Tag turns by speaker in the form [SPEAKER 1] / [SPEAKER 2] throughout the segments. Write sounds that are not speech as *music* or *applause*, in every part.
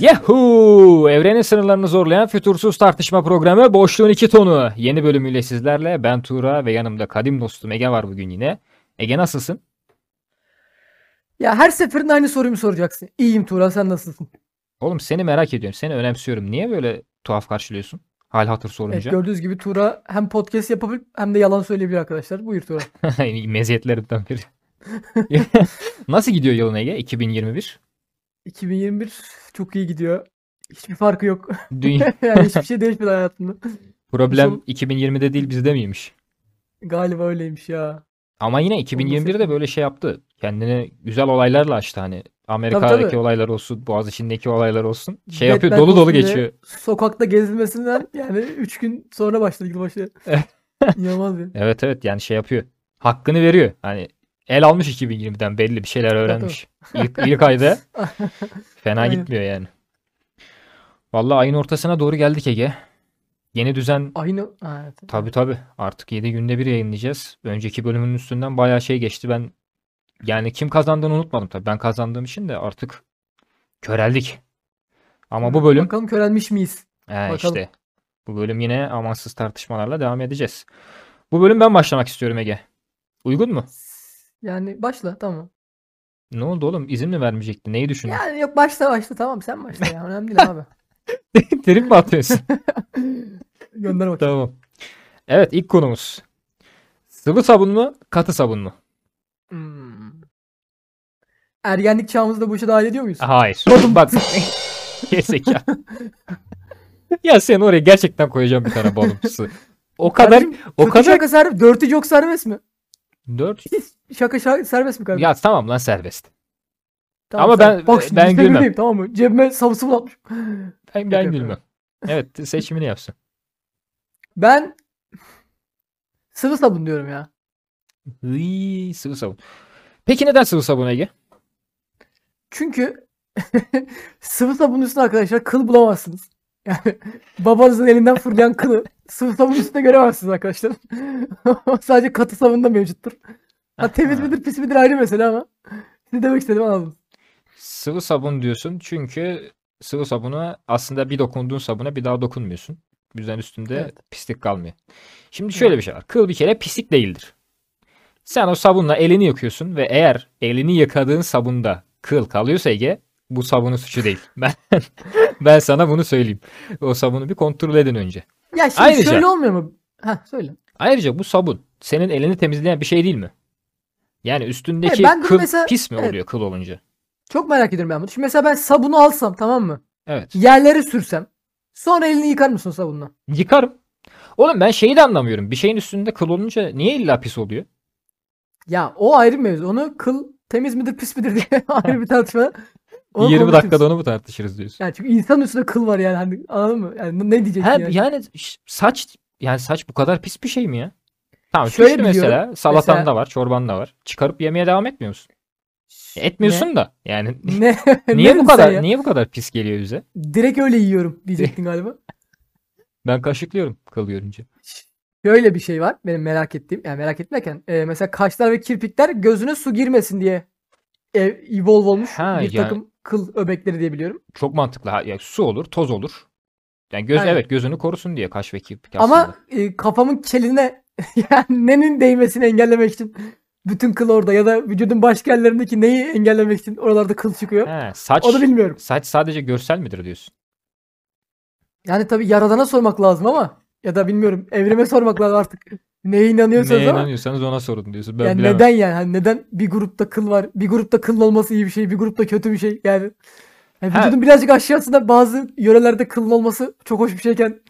[SPEAKER 1] Yahoo! Evrenin sınırlarını zorlayan fütursuz tartışma programı Boşluğun iki Tonu. Yeni bölümüyle sizlerle ben Tuğra ve yanımda kadim dostum Ege var bugün yine. Ege nasılsın?
[SPEAKER 2] Ya her seferinde aynı soruyu mu soracaksın? İyiyim Turan sen nasılsın?
[SPEAKER 1] Oğlum seni merak ediyorum. Seni önemsiyorum. Niye böyle tuhaf karşılıyorsun? Hal hatır *laughs*
[SPEAKER 2] Evet
[SPEAKER 1] sorunca.
[SPEAKER 2] gördüğünüz gibi Tuğra hem podcast yapabilir hem de yalan söyleyebilir arkadaşlar.
[SPEAKER 1] *laughs*
[SPEAKER 2] Buyur Tuğra.
[SPEAKER 1] Meziyetlerimden biri. *laughs* Nasıl gidiyor yılın Ege? 2021.
[SPEAKER 2] 2021 çok iyi gidiyor. Hiçbir farkı yok. *laughs*
[SPEAKER 1] Dünya *laughs*
[SPEAKER 2] yani hiçbir şey değişmedi hayatımda.
[SPEAKER 1] problem
[SPEAKER 2] Son-
[SPEAKER 1] 2020'de değil bizde miymiş?
[SPEAKER 2] Galiba öyleymiş ya.
[SPEAKER 1] Ama yine 2021'de böyle şey yaptı. Kendini güzel olaylarla açtı hani. Amerika'daki
[SPEAKER 2] tabii.
[SPEAKER 1] olaylar olsun, Boğaziçi'ndindeki olaylar olsun. Şey yapıyor,
[SPEAKER 2] Batman
[SPEAKER 1] dolu dolu
[SPEAKER 2] kostümüyle
[SPEAKER 1] geçiyor.
[SPEAKER 2] Sokakta gezilmesinden yani 3 gün sonra başladı yılbaşı. *laughs* İnanılmaz bir.
[SPEAKER 1] Evet evet yani şey yapıyor. Hakkını veriyor. Hani el almış 2020'den belli bir şeyler öğrenmiş. İlk, ilk
[SPEAKER 2] *laughs*
[SPEAKER 1] ayda fena
[SPEAKER 2] Aynen.
[SPEAKER 1] gitmiyor yani. Vallahi ayın ortasına doğru geldik Ege. Yeni düzen
[SPEAKER 2] Aynı. Ha, evet.
[SPEAKER 1] tabii tabii artık 7 günde bir yayınlayacağız. Önceki bölümün üstünden bayağı şey geçti. Ben yani kim kazandığını unutmadım tabii. Ben kazandığım için de artık köreldik. Ama bu bölüm
[SPEAKER 2] Bakalım körelmiş miyiz?
[SPEAKER 1] ee,
[SPEAKER 2] Bakalım.
[SPEAKER 1] işte bu bölüm yine amansız tartışmalarla devam edeceğiz. Bu bölüm ben başlamak istiyorum Ege. Uygun mu?
[SPEAKER 2] Yani başla tamam.
[SPEAKER 1] Ne oldu oğlum? İzin mi vermeyecekti? Neyi düşündün?
[SPEAKER 2] Yani yok başla başla tamam sen başla ya. Önemli
[SPEAKER 1] *laughs*
[SPEAKER 2] değil abi.
[SPEAKER 1] Trip mi atıyorsun? *laughs*
[SPEAKER 2] Gönder bakayım.
[SPEAKER 1] Tamam. Evet ilk konumuz. Sıvı sabun mu? Katı sabun mu?
[SPEAKER 2] Hmm. Ergenlik çağımızda bu işe dahil ediyor muyuz?
[SPEAKER 1] Hayır. Bak. Gerizekalı. ya sen oraya gerçekten koyacağım bir tane baloncusu. O kadar
[SPEAKER 2] Kardeşim,
[SPEAKER 1] o
[SPEAKER 2] kötü şey
[SPEAKER 1] kadar
[SPEAKER 2] şaka serbest, dörtü çok serbest mi?
[SPEAKER 1] 4
[SPEAKER 2] Şaka şa- serbest mi kardeşim?
[SPEAKER 1] ya tamam lan serbest.
[SPEAKER 2] Tamam,
[SPEAKER 1] ama
[SPEAKER 2] sen-
[SPEAKER 1] ben- e,
[SPEAKER 2] Bak şimdi
[SPEAKER 1] ben
[SPEAKER 2] liste
[SPEAKER 1] gülmem.
[SPEAKER 2] birbiriyim, tamam mı? Cebime savun sabun atmış.
[SPEAKER 1] Ben,
[SPEAKER 2] Şaka
[SPEAKER 1] ben
[SPEAKER 2] yapıyorum.
[SPEAKER 1] gülmem. Evet seçimini yapsın.
[SPEAKER 2] Ben sıvı sabun diyorum ya.
[SPEAKER 1] Hıy, sıvı sabun. Peki neden sıvı sabun Ege?
[SPEAKER 2] Çünkü *laughs* sıvı sabunun üstüne arkadaşlar kıl bulamazsınız. Yani *laughs* babanızın elinden
[SPEAKER 1] *laughs*
[SPEAKER 2] fırlayan kılı sıvı sabunun üstünde göremezsiniz arkadaşlar. *laughs* O Sadece katı sabunda mevcuttur. Ha, temiz midir pis midir ayrı mesele ama. Ne demek istedim anladım.
[SPEAKER 1] Sıvı sabun diyorsun çünkü sıvı sabuna aslında bir dokunduğun sabuna bir daha dokunmuyorsun. Bu yüzden üstünde
[SPEAKER 2] Evet.
[SPEAKER 1] pislik kalmıyor. Şimdi şöyle bir şey var. Kıl bir kere pislik değildir. Sen o sabunla elini yıkıyorsun ve eğer elini yıkadığın sabunda kıl kalıyorsa Ege bu sabunun suçu değil. *laughs* Ben ben sana bunu söyleyeyim. O sabunu bir kontrol edin önce.
[SPEAKER 2] Ya şimdi
[SPEAKER 1] Ayrıca-
[SPEAKER 2] şöyle olmuyor mu? Ha söyle.
[SPEAKER 1] Ayrıca bu sabun senin elini temizleyen bir şey değil mi? Yani üstündeki
[SPEAKER 2] ben bunu
[SPEAKER 1] kıl
[SPEAKER 2] mesela-
[SPEAKER 1] pis mi
[SPEAKER 2] evet.
[SPEAKER 1] oluyor kıl olunca?
[SPEAKER 2] Çok merak ediyorum ben bunu. Şimdi mesela ben sabunu alsam tamam mı?
[SPEAKER 1] Evet.
[SPEAKER 2] Yerlere sürsem. Sonra elini yıkar mısın o sabunla?
[SPEAKER 1] Yıkarım. Oğlum ben şeyi de anlamıyorum. Bir şeyin üstünde kıl olunca niye illa pis oluyor?
[SPEAKER 2] Ya o ayrı mevzu. Onu kıl temiz midir pis midir diye *laughs* ayrı bir tartışma. Onu
[SPEAKER 1] 20
[SPEAKER 2] konuşuruz.
[SPEAKER 1] dakikada onu mu tartışırız diyorsun?
[SPEAKER 2] Yani çünkü insan üstünde kıl var yani. Hani, anladın mı? Yani ne diyeceksin
[SPEAKER 1] Ha,
[SPEAKER 2] yani?
[SPEAKER 1] yani ş- saç yani saç bu kadar pis bir şey mi ya? Tamam
[SPEAKER 2] Şöyle
[SPEAKER 1] şöyle
[SPEAKER 2] biliyorum.
[SPEAKER 1] mesela salatan
[SPEAKER 2] Mesela-
[SPEAKER 1] da var, çorban da var. Çıkarıp yemeye devam etmiyor musun? E, Etmiyorsun da.
[SPEAKER 2] *laughs*
[SPEAKER 1] Yani
[SPEAKER 2] Ne? ne?
[SPEAKER 1] niye bu
[SPEAKER 2] Ne sen
[SPEAKER 1] kadar
[SPEAKER 2] ya?
[SPEAKER 1] niye bu kadar pis geliyor bize?
[SPEAKER 2] Direkt öyle yiyorum diyecektin galiba.
[SPEAKER 1] Ben kaşıklıyorum kıl görünce.
[SPEAKER 2] Şöyle bir şey var benim merak ettiğim. Yani merak etmeken. e, mesela kaşlar ve kirpikler gözüne su girmesin diye e, evolve olmuş
[SPEAKER 1] Ha,
[SPEAKER 2] bir
[SPEAKER 1] yani-
[SPEAKER 2] takım kıl öbekleri diye biliyorum.
[SPEAKER 1] Çok mantıklı. Ha, ya su olur, toz olur. Yani göz
[SPEAKER 2] Aynen.
[SPEAKER 1] evet gözünü korusun diye kaş ve kirpik aslında.
[SPEAKER 2] Ama e, kafamın keline *laughs* yani nenin değmesini engellemek için bütün kıl orada ya da vücudun başka yerlerindeki neyi engellemek için oralarda kıl çıkıyor.
[SPEAKER 1] He, saç
[SPEAKER 2] Onu bilmiyorum.
[SPEAKER 1] saç sadece görsel midir diyorsun?
[SPEAKER 2] Yani tabii yaradana sormak lazım ama ya da bilmiyorum evrime sormak lazım artık. Neye inanıyorsanız
[SPEAKER 1] Neye
[SPEAKER 2] ama.
[SPEAKER 1] inanıyorsanız ona sorun diyorsun. Ben
[SPEAKER 2] yani
[SPEAKER 1] bilemem.
[SPEAKER 2] neden yani? Hani neden bir grupta kıl var? Bir grupta kıl olması iyi bir şey, bir grupta kötü bir şey. Yani, yani
[SPEAKER 1] Ha.
[SPEAKER 2] vücudun birazcık aşağısında bazı yörelerde kılın olması çok hoş bir şeyken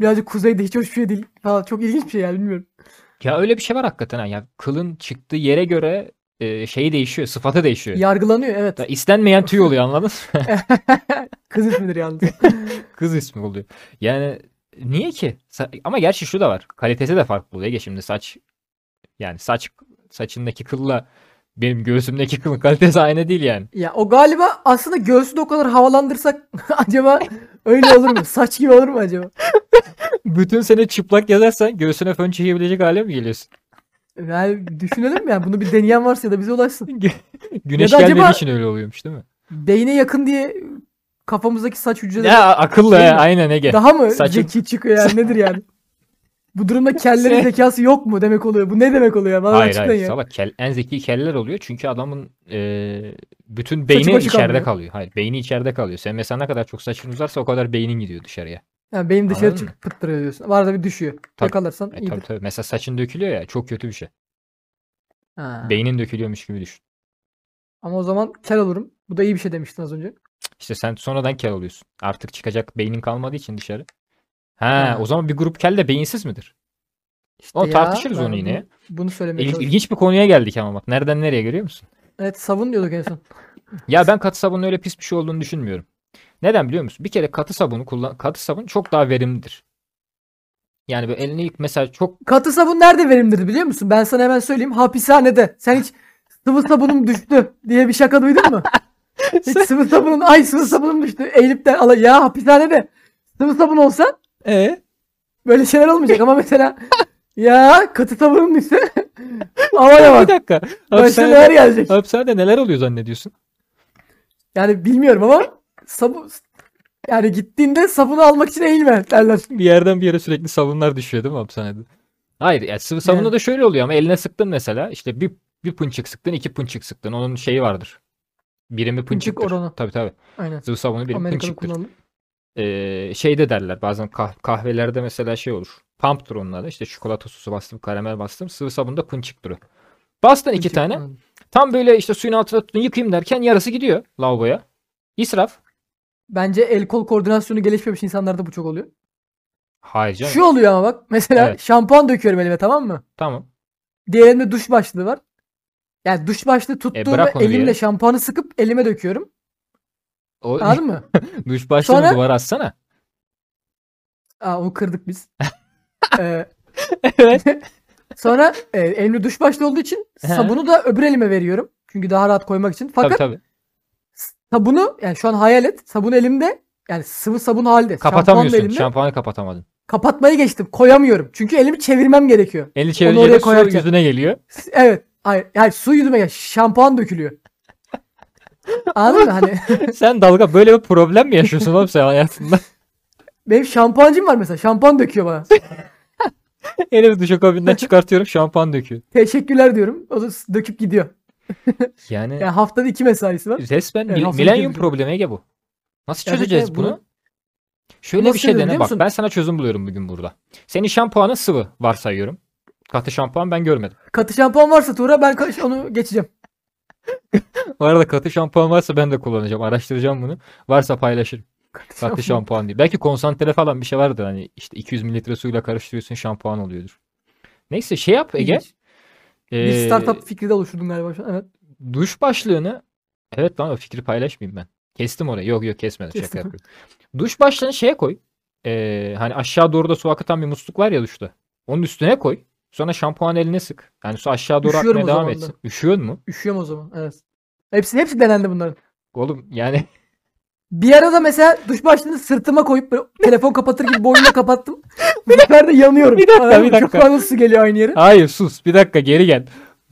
[SPEAKER 2] birazcık kuzeyde hiç hoş bir şey değil. Falan. Çok ilginç bir şey yani bilmiyorum.
[SPEAKER 1] Ya öyle bir şey var hakikaten ha. Ya kılın çıktığı yere göre e, şeyi değişiyor, sıfatı değişiyor.
[SPEAKER 2] Yargılanıyor evet.
[SPEAKER 1] Ya istenmeyen tüy oluyor anladın mı? *laughs*
[SPEAKER 2] Kız ismidir yalnız.
[SPEAKER 1] Kız ismi oluyor. Yani niye ki? Sa- Ama gerçi şu da var. Kalitesi de farklı oluyor. Ya şimdi saç yani saç saçındaki kılla benim göğsümdeki kılın kalitesi aynı değil
[SPEAKER 2] *laughs*
[SPEAKER 1] yani.
[SPEAKER 2] ya o galiba aslında göğsü de o kadar havalandırsak *laughs* acaba öyle olur mu? Saç gibi olur mu acaba?
[SPEAKER 1] Bütün sene çıplak gezersen göğsüne fön çekebilecek hale mi geliyorsun? *laughs*
[SPEAKER 2] Yani düşünelim mi? Yani bunu bir deneyen varsa ya da bize ulaşsın.
[SPEAKER 1] Güneş
[SPEAKER 2] Ya da
[SPEAKER 1] gelmediği
[SPEAKER 2] acaba-
[SPEAKER 1] için öyle oluyormuş değil mi?
[SPEAKER 2] Beyne yakın diye kafamızdaki saç hücreleri
[SPEAKER 1] Ya akıllı
[SPEAKER 2] Şey
[SPEAKER 1] he,
[SPEAKER 2] mi?
[SPEAKER 1] aynen Ege.
[SPEAKER 2] daha mı
[SPEAKER 1] saçın-
[SPEAKER 2] zeki çıkıyor yani nedir yani? Bu durumda kellerin
[SPEAKER 1] Şey-
[SPEAKER 2] zekası yok mu demek oluyor. Bu ne demek oluyor? Bana
[SPEAKER 1] hayır
[SPEAKER 2] açıklayın
[SPEAKER 1] hayır
[SPEAKER 2] ya.
[SPEAKER 1] salak kel, en zeki keller oluyor çünkü adamın e, bütün beyni
[SPEAKER 2] başı
[SPEAKER 1] içeride
[SPEAKER 2] kalmıyor.
[SPEAKER 1] kalıyor. Hayır beyni içeride kalıyor. Sen mesela ne kadar çok saçın uzarsa o kadar beynin gidiyor dışarıya. E,
[SPEAKER 2] Yani benim dışarı
[SPEAKER 1] Anladın
[SPEAKER 2] çıkıp pıttırıyor diyorsun. Var da bir düşüyor.
[SPEAKER 1] Tabii.
[SPEAKER 2] Yakalarsan
[SPEAKER 1] E,
[SPEAKER 2] iyidir.
[SPEAKER 1] tabii tabii. Mesela saçın dökülüyor ya çok kötü bir şey.
[SPEAKER 2] Ha.
[SPEAKER 1] Beynin dökülüyormuş gibi düşün.
[SPEAKER 2] Ama o zaman kel olurum. Bu da iyi bir şey demiştin az önce.
[SPEAKER 1] İşte sen sonradan kel oluyorsun. Artık çıkacak beynin kalmadığı için dışarı. He,
[SPEAKER 2] Ha.
[SPEAKER 1] o zaman bir grup kel de beyinsiz midir?
[SPEAKER 2] İşte
[SPEAKER 1] Ama
[SPEAKER 2] ya,
[SPEAKER 1] tartışırız
[SPEAKER 2] ben
[SPEAKER 1] onu yine.
[SPEAKER 2] Bunu, bunu söylemeye
[SPEAKER 1] İlginç,
[SPEAKER 2] çalıştım.
[SPEAKER 1] ilginç bir konuya geldik ama bak nereden nereye görüyor musun?
[SPEAKER 2] Evet savun diyorduk en son.
[SPEAKER 1] Ya ben katı sabunun öyle pis bir şey olduğunu düşünmüyorum. Neden biliyor musun? Bir kere katı sabunu kullan katı sabun çok daha verimlidir. Yani böyle elini ilk mesela *laughs* çok
[SPEAKER 2] Katı sabun nerede verimlidir biliyor musun? Ben sana hemen söyleyeyim. Hapishanede. Sen hiç sıvı sabunum düştü diye bir şaka
[SPEAKER 1] *laughs*
[SPEAKER 2] duydun mu? Hiç sıvı sabunun ay sıvı sabunum düştü. Eğilip de ala ya hapishanede sıvı sabun olsa
[SPEAKER 1] e
[SPEAKER 2] böyle şeyler olmayacak ama mesela ya katı sabunum düştü. Havaya
[SPEAKER 1] bir
[SPEAKER 2] bak.
[SPEAKER 1] dakika.
[SPEAKER 2] Başına
[SPEAKER 1] Hapishanede-
[SPEAKER 2] neler gelecek?
[SPEAKER 1] Hapishanede neler oluyor zannediyorsun?
[SPEAKER 2] Yani bilmiyorum ama sabun yani gittiğinde sabunu almak için eğilme derler.
[SPEAKER 1] Bir yerden bir yere sürekli sabunlar düşüyor değil mi hapishanede? Hayır ya sıvı sabunda
[SPEAKER 2] Yani.
[SPEAKER 1] da şöyle oluyor ama eline sıktın mesela işte bir bir pınçık sıktın iki pınçık sıktın onun şeyi vardır. Birimi
[SPEAKER 2] Pınçık
[SPEAKER 1] pınçıktır.
[SPEAKER 2] oranı.
[SPEAKER 1] Tabii tabii.
[SPEAKER 2] Aynen.
[SPEAKER 1] Sıvı sabunu birimi
[SPEAKER 2] Amerika'da
[SPEAKER 1] pınçıktır.
[SPEAKER 2] kullanılır.
[SPEAKER 1] Ee, şeyde derler bazen kah- kahvelerde mesela şey olur. Pump'tur onlar da. İşte çikolata sosu bastım, karamel bastım. Sıvı sabunda pınçık duru. Bastın iki
[SPEAKER 2] Pınçık
[SPEAKER 1] tane.
[SPEAKER 2] kullanılır.
[SPEAKER 1] Tam böyle işte suyun altına tuttun yıkayayım derken yarısı gidiyor lavaboya. İsraf.
[SPEAKER 2] Bence el kol koordinasyonu gelişmemiş insanlarda bu çok oluyor.
[SPEAKER 1] Hayır canım.
[SPEAKER 2] Şu oluyor ama bak. Mesela
[SPEAKER 1] Evet.
[SPEAKER 2] şampuan döküyorum elime tamam mı?
[SPEAKER 1] Tamam.
[SPEAKER 2] Diğer elimde duş başlığı var. Yani duş başlığı tuttuğumda
[SPEAKER 1] E, bırak onu bir
[SPEAKER 2] elimle
[SPEAKER 1] yere.
[SPEAKER 2] şampuanı sıkıp elime döküyorum.
[SPEAKER 1] O *laughs*
[SPEAKER 2] Anladın mı?
[SPEAKER 1] duş başlığını
[SPEAKER 2] Sonra-
[SPEAKER 1] duvara atsana.
[SPEAKER 2] Aa onu kırdık
[SPEAKER 1] *laughs*
[SPEAKER 2] biz. Ee,
[SPEAKER 1] Evet.
[SPEAKER 2] *laughs* sonra e, elimde duş başlığı olduğu için
[SPEAKER 1] He.
[SPEAKER 2] sabunu da öbür elime veriyorum. Çünkü daha rahat koymak için.
[SPEAKER 1] Tabii
[SPEAKER 2] Fakat
[SPEAKER 1] tabii.
[SPEAKER 2] sabunu yani şu an hayal et. Sabun elimde. Yani sıvı sabun halde. şampuan da
[SPEAKER 1] Kapatamıyorsun.
[SPEAKER 2] elimde.
[SPEAKER 1] Şampuanı kapatamadın.
[SPEAKER 2] Kapatmayı geçtim. Koyamıyorum. Çünkü elimi çevirmem gerekiyor.
[SPEAKER 1] Elini
[SPEAKER 2] oraya
[SPEAKER 1] çevirince de su
[SPEAKER 2] koyarken.
[SPEAKER 1] yüzüne geliyor. *laughs*
[SPEAKER 2] Evet. Hayır, yani su yüzüme gel- şampuan dökülüyor. Anladın mı? Hani *laughs*
[SPEAKER 1] sen dalga böyle bir problem mi yaşıyorsun oğlum sen hayatında?
[SPEAKER 2] benim şampuancım var mesela. Şampuan
[SPEAKER 1] *laughs*
[SPEAKER 2] döküyor bana.
[SPEAKER 1] Elimi duşa kabinden çıkartıyorum şampuan döküyor.
[SPEAKER 2] Teşekkürler diyorum. O da s- döküp gidiyor.
[SPEAKER 1] Yani
[SPEAKER 2] Yani haftada iki mesaisi var.
[SPEAKER 1] Resmen
[SPEAKER 2] Yani
[SPEAKER 1] mil-
[SPEAKER 2] haftada
[SPEAKER 1] milenyum
[SPEAKER 2] bir-
[SPEAKER 1] problemi Ege bu. Nasıl
[SPEAKER 2] Ya peki
[SPEAKER 1] çözeceğiz bunu?
[SPEAKER 2] bunu-
[SPEAKER 1] Şöyle
[SPEAKER 2] nasıl
[SPEAKER 1] bir şey
[SPEAKER 2] çözülür
[SPEAKER 1] dene
[SPEAKER 2] biliyor
[SPEAKER 1] bak.
[SPEAKER 2] musun?
[SPEAKER 1] Ben sana çözüm buluyorum bugün burada. Senin şampuanın sıvı varsayıyorum. Katı şampuan ben görmedim.
[SPEAKER 2] Katı şampuan varsa Tuğra ben ka- onu geçeceğim.
[SPEAKER 1] Bu arada katı şampuan varsa ben de kullanacağım. Araştıracağım bunu. Varsa
[SPEAKER 2] *laughs*
[SPEAKER 1] paylaşırım.
[SPEAKER 2] Katı
[SPEAKER 1] Katı şampuan diye. Belki konsantre falan bir şey vardır. Hani işte 200 mililitre suyla karıştırıyorsun şampuan oluyordur. Neyse şey yap Ege.
[SPEAKER 2] İlginç. Bir
[SPEAKER 1] Ee,
[SPEAKER 2] startup fikri de oluşturdun galiba şu an. Evet.
[SPEAKER 1] duş başlığını evet lan o fikri paylaşmayayım ben. Kestim orayı. Yok yok kesmedim. Şaka
[SPEAKER 2] Kestim.
[SPEAKER 1] yapıyorum. Duş başlığını şeye koy. Ee, hani aşağı doğru da su akıtan bir musluk var ya duşta. Onun üstüne koy. Sonra şampuan eline sık. Yani su aşağı doğru
[SPEAKER 2] Üşüyorum o
[SPEAKER 1] akmaya devam
[SPEAKER 2] zaman
[SPEAKER 1] etsin. Üşüyor mu?
[SPEAKER 2] Üşüyorum o zaman. Evet. Hepsi, hepsi denendi bunların.
[SPEAKER 1] Oğlum yani *laughs*
[SPEAKER 2] Bir arada mesela duş başlığını sırtıma koyup böyle telefon kapatır gibi
[SPEAKER 1] *laughs*
[SPEAKER 2] boynuma kapattım. Bu sefer de yanıyorum.
[SPEAKER 1] Bir dakika,
[SPEAKER 2] Anladın mı?
[SPEAKER 1] bir dakika.
[SPEAKER 2] Çok fazla su geliyor aynı yere.
[SPEAKER 1] hayır sus bir dakika geri gel.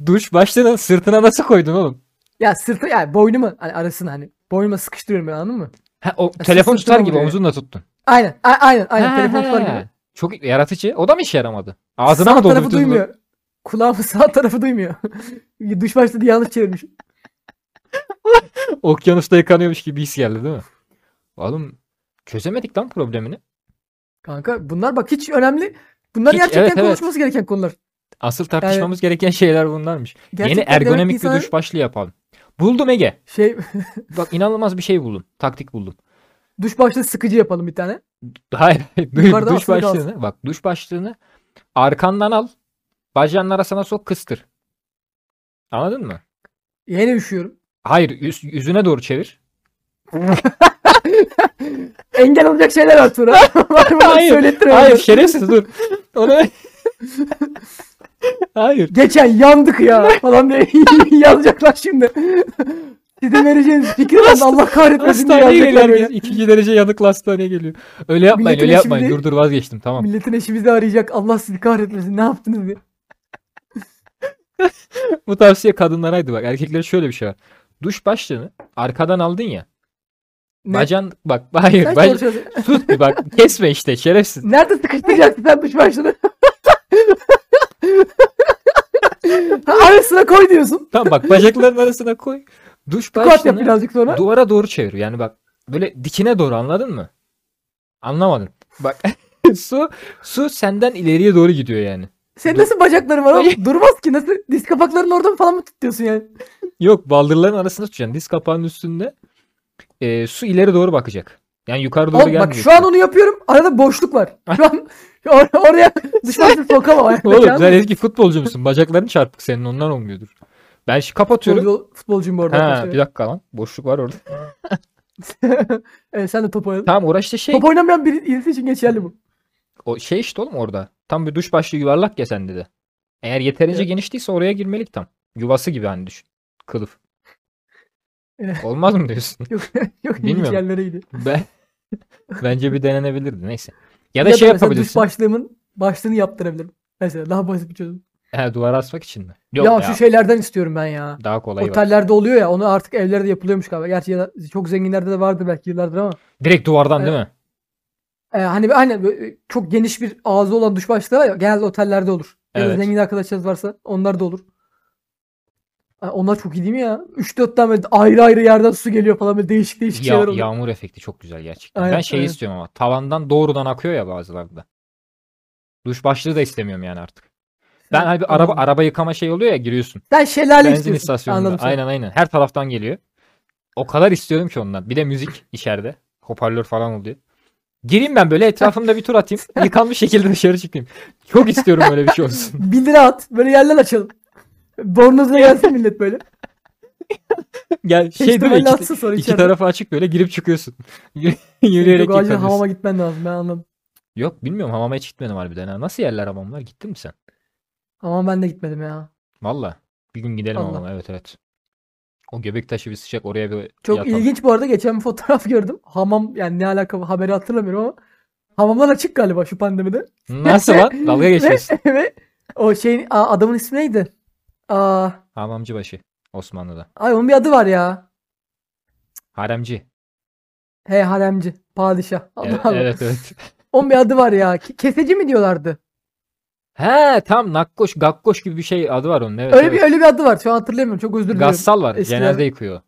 [SPEAKER 1] Duş başlığını sırtına nasıl koydun oğlum?
[SPEAKER 2] Ya sırtı yani boynuma hani arasını hani boynuma sıkıştırıyorum ben anladın mı?
[SPEAKER 1] Ha, o
[SPEAKER 2] Ya,
[SPEAKER 1] telefon
[SPEAKER 2] sırtına
[SPEAKER 1] tutar gibi
[SPEAKER 2] vuruyor.
[SPEAKER 1] omzunla tuttun.
[SPEAKER 2] Aynen a- aynen aynen
[SPEAKER 1] Ha,
[SPEAKER 2] telefon tutar
[SPEAKER 1] ha.
[SPEAKER 2] gibi.
[SPEAKER 1] Çok yaratıcı. O da mı işe yaramadı? Ağzına
[SPEAKER 2] sağ
[SPEAKER 1] mı
[SPEAKER 2] tarafı
[SPEAKER 1] doldurdun bunu?
[SPEAKER 2] duymuyor. Kulağımın sağ tarafı duymuyor. *laughs* Duş başladı yanlış çevirmiş.
[SPEAKER 1] Okyanusta yıkanıyormuş gibi his geldi değil mi? Oğlum çözemedik lan problemini.
[SPEAKER 2] Kanka bunlar bak hiç önemli. Bunlar
[SPEAKER 1] Hiç,
[SPEAKER 2] gerçekten
[SPEAKER 1] evet, evet.
[SPEAKER 2] konuşması gereken konular.
[SPEAKER 1] Asıl tartışmamız gereken şeyler bunlarmış. Yeni
[SPEAKER 2] Gerçekten demek
[SPEAKER 1] ergonomik bir
[SPEAKER 2] insanın
[SPEAKER 1] duş başlığı yapalım. Buldum Ege.
[SPEAKER 2] Şey *laughs*
[SPEAKER 1] Bak inanılmaz bir şey buldum. Taktik buldum. *laughs*
[SPEAKER 2] duş başlığı sıkıcı yapalım bir tane.
[SPEAKER 1] Hayır. hayır, du-
[SPEAKER 2] Yukarıdan
[SPEAKER 1] duş
[SPEAKER 2] asılı
[SPEAKER 1] başlığını. Bak duş başlığını arkandan al. Bacağının arasına sok kıstır. Anladın mı?
[SPEAKER 2] Yeni üşüyorum.
[SPEAKER 1] Hayır yüz- yüzüne doğru çevir.
[SPEAKER 2] Engel olacak şeyler var *laughs* Turan. Var mı?
[SPEAKER 1] Hayır,
[SPEAKER 2] Söylettiremem.
[SPEAKER 1] Hayır şerefsiz dur. Onu... Hayır.
[SPEAKER 2] Geçen yandık ya falan diye *laughs* yazacaklar şimdi. Sizin vereceğiniz fikirden de Allah kahretmesin diye
[SPEAKER 1] Hastaneye geliyor
[SPEAKER 2] yazacaklar
[SPEAKER 1] *laughs*
[SPEAKER 2] böyle.
[SPEAKER 1] herkes. İkinci derece yanıkla hastaneye geliyor. Öyle yapmayın
[SPEAKER 2] Milletin
[SPEAKER 1] öyle yapmayın.
[SPEAKER 2] şimdi-
[SPEAKER 1] Dur dur vazgeçtim tamam.
[SPEAKER 2] Milletin eşi bizi arayacak. Allah sizi kahretmesin. Ne yaptınız diye.
[SPEAKER 1] Bu tavsiye kadınlaraydı bak. Erkeklere şöyle bir şey var. Duş başlığını arkadan aldın ya.
[SPEAKER 2] Ne?
[SPEAKER 1] Bacan bak *laughs* hayır
[SPEAKER 2] Sen
[SPEAKER 1] bac-
[SPEAKER 2] konuşuyorsun.
[SPEAKER 1] sus bir bak kesme işte şerefsiz.
[SPEAKER 2] Nerede sıkıştıracaksın sen duş başlığını? *laughs* Arasına koy diyorsun.
[SPEAKER 1] Tamam bak bacakların arasına koy. Duş
[SPEAKER 2] Squat yap
[SPEAKER 1] başlığını
[SPEAKER 2] birazcık sonra.
[SPEAKER 1] duvara doğru çevir. Yani bak böyle dikine doğru anladın mı? Anlamadın. Bak *laughs* su su senden ileriye doğru gidiyor yani.
[SPEAKER 2] Senin nasıl bacakların var oğlum? Durmaz ki. Nasıl diz kapaklarının orada mı falan mı tutuyorsun yani?
[SPEAKER 1] Yok baldırların arasına tutacaksın. Diz kapağının üstünde. Ee, su ileri doğru bakacak. Yani yukarı doğru
[SPEAKER 2] Oğlum
[SPEAKER 1] gelmiyor.
[SPEAKER 2] bak şu an onu yapıyorum. Arada boşluk var. Şu an *laughs* or- oraya duş başlığı sokamam. Yani.
[SPEAKER 1] Oğlum sen eski futbolcu musun? Bacakların çarpık senin ondan olmuyordur. Ben şimdi kapatıyorum.
[SPEAKER 2] Futbolcu, şey. futbolcuyum bu arada.
[SPEAKER 1] Ha, bir
[SPEAKER 2] arkadaşlar.
[SPEAKER 1] dakika lan. Boşluk var orada.
[SPEAKER 2] evet, sen de top oynadın.
[SPEAKER 1] Tamam orası işte şey.
[SPEAKER 2] Top oynamayan birisi için geçerli bu. *laughs*
[SPEAKER 1] O şey işte oğlum orada. Tam bir duş başlığı yuvarlak ya sende de. Eğer yeterince
[SPEAKER 2] Evet.
[SPEAKER 1] geniş değilse oraya girmelik tam. Yuvası gibi hani düşün.
[SPEAKER 2] *laughs*
[SPEAKER 1] Kılıf.
[SPEAKER 2] Evet.
[SPEAKER 1] Olmaz mı diyorsun?
[SPEAKER 2] Yok yok ilginç
[SPEAKER 1] Bilmiyorum.
[SPEAKER 2] yerlereydi.
[SPEAKER 1] *laughs* Ben Bence bir denenebilirdi neyse. Ya da
[SPEAKER 2] Ya da
[SPEAKER 1] şey
[SPEAKER 2] mesela duş
[SPEAKER 1] yapabilirsin.
[SPEAKER 2] başlığımın başlığını yaptırabilirim. Mesela daha basit bir çözüm.
[SPEAKER 1] He, duvara asmak için mi? Yok
[SPEAKER 2] ya,
[SPEAKER 1] ya,
[SPEAKER 2] şu şeylerden istiyorum ben ya.
[SPEAKER 1] daha kolay var.
[SPEAKER 2] Otellerde oluyor ya onu artık evlerde yapılıyormuş galiba. Gerçi ya- çok zenginlerde de vardı belki yıllardır ama.
[SPEAKER 1] Direkt duvardan değil mi?
[SPEAKER 2] Ee, hani aynen böyle çok geniş bir ağzı olan duş başlığı var ya genelde otellerde olur. Ya da
[SPEAKER 1] Evet.
[SPEAKER 2] zengin arkadaşlarınız varsa onlar da olur. Ay, onlar çok iyi değil mi ya? 3-4 tane böyle ayrı ayrı yerden su geliyor falan böyle değişik değişik
[SPEAKER 1] Ya-
[SPEAKER 2] şeyler oluyor.
[SPEAKER 1] yağmur efekti çok güzel gerçekten.
[SPEAKER 2] Aynen,
[SPEAKER 1] ben şeyi
[SPEAKER 2] aynen.
[SPEAKER 1] istiyorum ama tavandan doğrudan akıyor ya bazılarında. Duş başlığı da istemiyorum yani artık. Ben hani bir araba
[SPEAKER 2] Anladım.
[SPEAKER 1] araba yıkama şey oluyor ya giriyorsun.
[SPEAKER 2] Sen şelale
[SPEAKER 1] Benzin
[SPEAKER 2] istiyorsun.
[SPEAKER 1] istasyonunda.
[SPEAKER 2] Anladım seni.
[SPEAKER 1] Aynen aynen. Her taraftan geliyor. O kadar istiyorum ki ondan. Bir de müzik içeride. Hoparlör falan oluyor. Gireyim ben böyle etrafımda bir tur
[SPEAKER 2] *laughs*
[SPEAKER 1] atayım. Yıkanmış şekilde dışarı çıkayım. Çok istiyorum öyle bir şey
[SPEAKER 2] *laughs*
[SPEAKER 1] olsun.
[SPEAKER 2] 1 lira at. Böyle yerler açalım. Bornozuna gelsin millet böyle.
[SPEAKER 1] Gel *laughs* şey değil mi?
[SPEAKER 2] Peştemali
[SPEAKER 1] İki,
[SPEAKER 2] atsın sonra
[SPEAKER 1] iki
[SPEAKER 2] içeride.
[SPEAKER 1] tarafı açık böyle girip çıkıyorsun. *laughs* Yürüyerek
[SPEAKER 2] Yok, acil
[SPEAKER 1] yıkanıyorsun.
[SPEAKER 2] hamama gitmen lazım ben anladım.
[SPEAKER 1] Yok bilmiyorum hamama hiç gitmedim harbiden. ha. Nasıl yerler hamamlar? Gittin mi sen?
[SPEAKER 2] Ama ben de gitmedim ya.
[SPEAKER 1] Valla. Bir gün gidelim
[SPEAKER 2] Vallahi.
[SPEAKER 1] hamama evet evet. O göbek taşı bir sıcak oraya bir
[SPEAKER 2] Çok
[SPEAKER 1] yatalım.
[SPEAKER 2] ilginç bu arada geçen bir fotoğraf *laughs* gördüm. Hamam yani ne alaka haberi hatırlamıyorum ama hamamlar açık galiba şu pandemide.
[SPEAKER 1] Nasıl
[SPEAKER 2] *laughs*
[SPEAKER 1] lan? Dalga geçiyorsun.
[SPEAKER 2] Ve, ve o şeyin a, adamın ismi neydi? Aa,
[SPEAKER 1] Hamamcı başı Osmanlı'da.
[SPEAKER 2] ay onun bir adı var ya.
[SPEAKER 1] Haremci.
[SPEAKER 2] He haremci. Padişah. Allah
[SPEAKER 1] Evet
[SPEAKER 2] Allah.
[SPEAKER 1] evet. evet.
[SPEAKER 2] Onun bir adı var ya. Ke- Keseci mi diyorlardı?
[SPEAKER 1] He tam nakkoş gakkoş gibi bir şey adı var onun evet.
[SPEAKER 2] öyle
[SPEAKER 1] evet.
[SPEAKER 2] bir öyle bir adı var. Şu an hatırlayamıyorum. Çok özür diliyorum.
[SPEAKER 1] Gassal var.
[SPEAKER 2] Eskiden-
[SPEAKER 1] Genelde yıkıyor.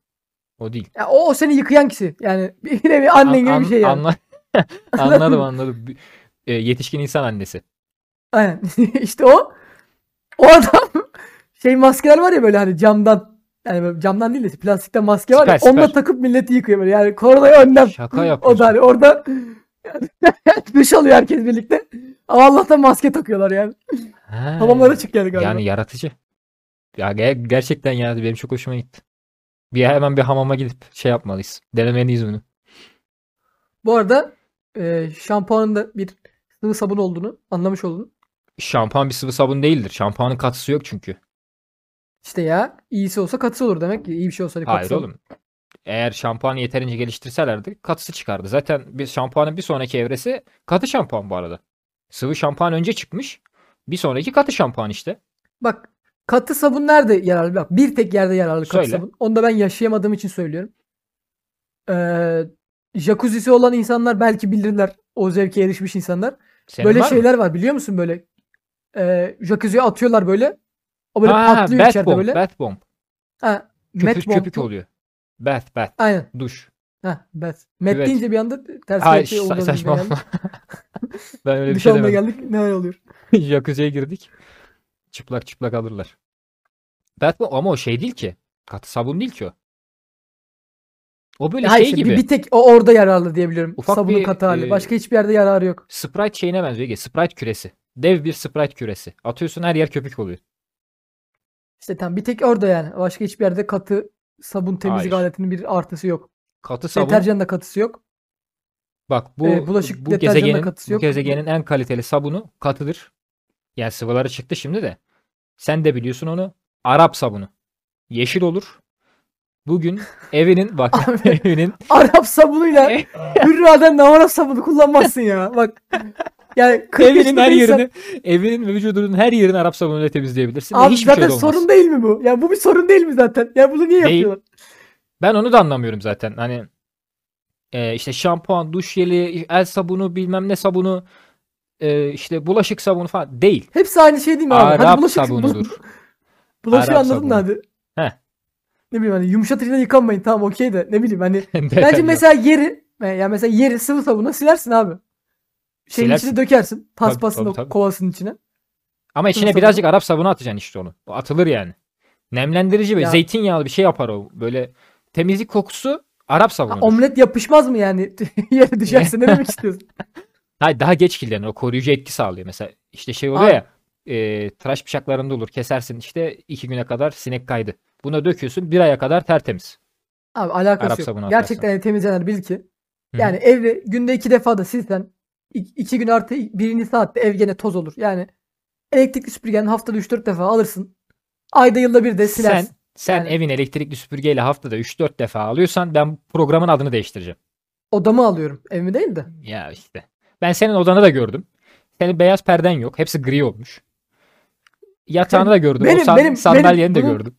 [SPEAKER 1] O değil.
[SPEAKER 2] Ya, o, o seni yıkayan kişi. Yani *laughs* bir nevi annen
[SPEAKER 1] An-
[SPEAKER 2] gibi
[SPEAKER 1] an-
[SPEAKER 2] bir şey yani.
[SPEAKER 1] anla- *laughs* anladım anladım. Bir- e, yetişkin insan
[SPEAKER 2] *laughs*
[SPEAKER 1] annesi.
[SPEAKER 2] Aynen. işte o. O adam *laughs* şey maskeler var ya böyle hani camdan. Yani böyle camdan değil de plastikten maske var ya.
[SPEAKER 1] Süper,
[SPEAKER 2] Onunla
[SPEAKER 1] süper.
[SPEAKER 2] takıp milleti yıkıyor böyle. Yani koronayı önlem.
[SPEAKER 1] Şaka
[SPEAKER 2] *laughs* O da
[SPEAKER 1] yapıyorsun.
[SPEAKER 2] hani orada yani duş alıyor herkes birlikte. Ama Allah'tan maske takıyorlar yani.
[SPEAKER 1] He.
[SPEAKER 2] Hamamlara çık yani galiba.
[SPEAKER 1] Yani yaratıcı. Ya ge- gerçekten yani benim çok hoşuma gitti. Bir hemen bir hamama gidip şey yapmalıyız. Denemeliyiz bunu.
[SPEAKER 2] Bu arada e, şampuanın da bir sıvı sabun olduğunu anlamış oldun.
[SPEAKER 1] Şampuan bir sıvı sabun değildir. Şampuanın katısı yok çünkü.
[SPEAKER 2] İşte ya iyisi olsa katısı olur demek ki. iyi bir şey olsa hani
[SPEAKER 1] Hayır
[SPEAKER 2] katısı olur.
[SPEAKER 1] oğlum. Eğer şampuanı yeterince geliştirselerdi katısı çıkardı. Zaten bir şampuanın bir sonraki evresi katı şampuan bu arada. Sıvı şampuan önce çıkmış. Bir sonraki katı şampuan işte.
[SPEAKER 2] Bak katı sabun nerede yararlı? Bak bir tek yerde yararlı katı
[SPEAKER 1] Söyle.
[SPEAKER 2] sabun. Onu da ben yaşayamadığım için söylüyorum. Ee, jacuzzi'si olan insanlar belki bilirler. O zevke erişmiş insanlar.
[SPEAKER 1] Senin
[SPEAKER 2] böyle
[SPEAKER 1] var mı?
[SPEAKER 2] şeyler var biliyor musun böyle? Ee, jacuzzi'ye atıyorlar böyle. O böyle
[SPEAKER 1] Ha,
[SPEAKER 2] patlıyor
[SPEAKER 1] bath
[SPEAKER 2] içeride
[SPEAKER 1] bomb,
[SPEAKER 2] böyle.
[SPEAKER 1] bath bomb.
[SPEAKER 2] Ha,
[SPEAKER 1] Köpük,
[SPEAKER 2] met bomb.
[SPEAKER 1] köpük oluyor. Bath, bath,
[SPEAKER 2] Aynen.
[SPEAKER 1] duş.
[SPEAKER 2] Ha, bet. Met
[SPEAKER 1] Evet.
[SPEAKER 2] deyince bir anda ters
[SPEAKER 1] Hayır,
[SPEAKER 2] bir şey oldu.
[SPEAKER 1] sa-
[SPEAKER 2] önümüze geldi.
[SPEAKER 1] saçmalama. ben öyle bir
[SPEAKER 2] Duş
[SPEAKER 1] şey
[SPEAKER 2] almaya
[SPEAKER 1] demedim.
[SPEAKER 2] geldik. Neler oluyor?
[SPEAKER 1] *laughs* Jacuzziye girdik. Çıplak çıplak alırlar. Batman ama o şey değil ki. Katı sabun değil ki o. O böyle
[SPEAKER 2] Hayır,
[SPEAKER 1] şey
[SPEAKER 2] işte bir-
[SPEAKER 1] gibi.
[SPEAKER 2] Bir, tek o orada yararlı diyebiliyorum.
[SPEAKER 1] Ufak
[SPEAKER 2] Sabunun
[SPEAKER 1] bir,
[SPEAKER 2] katı hali.
[SPEAKER 1] e,
[SPEAKER 2] Başka hiçbir yerde yararı yok.
[SPEAKER 1] Sprite şeyine benziyor. Ege. Sprite küresi. Dev bir Sprite küresi. Atıyorsun her yer köpük oluyor.
[SPEAKER 2] İşte tam bir tek orada yani. Başka hiçbir yerde katı sabun temizlik
[SPEAKER 1] Hayır.
[SPEAKER 2] aletinin bir artısı yok.
[SPEAKER 1] Katı sabun.
[SPEAKER 2] Deterjan da katısı yok.
[SPEAKER 1] Bak bu
[SPEAKER 2] e, bulaşık
[SPEAKER 1] bu
[SPEAKER 2] deterjanla
[SPEAKER 1] gezegenin
[SPEAKER 2] katısı
[SPEAKER 1] bu
[SPEAKER 2] yok.
[SPEAKER 1] gezegenin en kaliteli sabunu katıdır. Yani sıvıları çıktı şimdi de. Sen de biliyorsun onu. Arap sabunu. Yeşil olur. Bugün evinin bak
[SPEAKER 2] *laughs* Abi.
[SPEAKER 1] *laughs* evinin
[SPEAKER 2] Arap sabunuyla Hürra'dan da Arap sabunu kullanmazsın ya. Bak yani kırk
[SPEAKER 1] evinin
[SPEAKER 2] yaşında
[SPEAKER 1] her
[SPEAKER 2] insan-
[SPEAKER 1] yerini, evinin ve vücudunun her yerini Arap sabunuyla temizleyebilirsin. ve
[SPEAKER 2] Abi
[SPEAKER 1] hiçbir şey
[SPEAKER 2] zaten
[SPEAKER 1] de olmaz.
[SPEAKER 2] sorun değil mi bu? Ya bu bir sorun değil mi zaten? Ya bunu niye
[SPEAKER 1] Değil.
[SPEAKER 2] yapıyorlar?
[SPEAKER 1] Ben onu da anlamıyorum zaten. Hani e, işte şampuan, duş jeli, el sabunu, bilmem ne sabunu, e, işte bulaşık sabunu falan değil.
[SPEAKER 2] Hepsi aynı şey değil mi abi?
[SPEAKER 1] Arap
[SPEAKER 2] bulaşık-
[SPEAKER 1] *laughs* sabunudur.
[SPEAKER 2] Bulaşığı
[SPEAKER 1] Arap
[SPEAKER 2] anladın da hadi.
[SPEAKER 1] Heh.
[SPEAKER 2] Ne bileyim hani yumuşatıcıyla yıkanmayın tamam okey de
[SPEAKER 1] *laughs*
[SPEAKER 2] ne bileyim hani.
[SPEAKER 1] Detay
[SPEAKER 2] Bence
[SPEAKER 1] yok.
[SPEAKER 2] mesela yeri e, yani mesela yeri sıvı sabunla silersin abi. Şeyin
[SPEAKER 1] Silersin.
[SPEAKER 2] içine dökersin. Paspasın
[SPEAKER 1] tabii,
[SPEAKER 2] o
[SPEAKER 1] tabii.
[SPEAKER 2] kovasının içine.
[SPEAKER 1] Ama içine
[SPEAKER 2] Sıvı
[SPEAKER 1] birazcık Arap sabunu atacaksın işte onu. O atılır yani. Nemlendirici ve
[SPEAKER 2] Ya.
[SPEAKER 1] zeytinyağlı bir şey yapar o. Böyle temizlik kokusu Arap
[SPEAKER 2] Ha,
[SPEAKER 1] sabunu.
[SPEAKER 2] omlet yapışmaz mı yani? *laughs* Yere düşerse ne demek istiyorsun?
[SPEAKER 1] Hayır daha geç kirlenir. O koruyucu etki sağlıyor. Mesela işte şey oluyor
[SPEAKER 2] Abi.
[SPEAKER 1] ya e, tıraş bıçaklarında olur. Kesersin işte iki güne kadar sinek kaydı. Buna döküyorsun bir aya kadar tertemiz.
[SPEAKER 2] Abi alakası
[SPEAKER 1] Arap
[SPEAKER 2] yok.
[SPEAKER 1] sabunu atarsın.
[SPEAKER 2] Gerçekten yani temizlenir bil ki.
[SPEAKER 1] Hı hı.
[SPEAKER 2] Yani evi günde iki defa da silsen i- iki gün artı birinci saatte ev gene toz olur. Yani elektrikli süpürgen haftada 3-4 defa alırsın. Ayda yılda bir de silersin.
[SPEAKER 1] Sen, sen
[SPEAKER 2] Yani.
[SPEAKER 1] evin elektrikli süpürgeyle haftada 3-4 defa alıyorsan ben programın adını değiştireceğim.
[SPEAKER 2] Odamı alıyorum. Evimi değil de.
[SPEAKER 1] Ya işte. Ben senin odanı da gördüm. Senin beyaz perden yok. Hepsi gri olmuş. Yatağını da gördüm.
[SPEAKER 2] Benim-
[SPEAKER 1] o san-
[SPEAKER 2] benim- benim
[SPEAKER 1] sandalyeni de
[SPEAKER 2] bunun-
[SPEAKER 1] gördüm.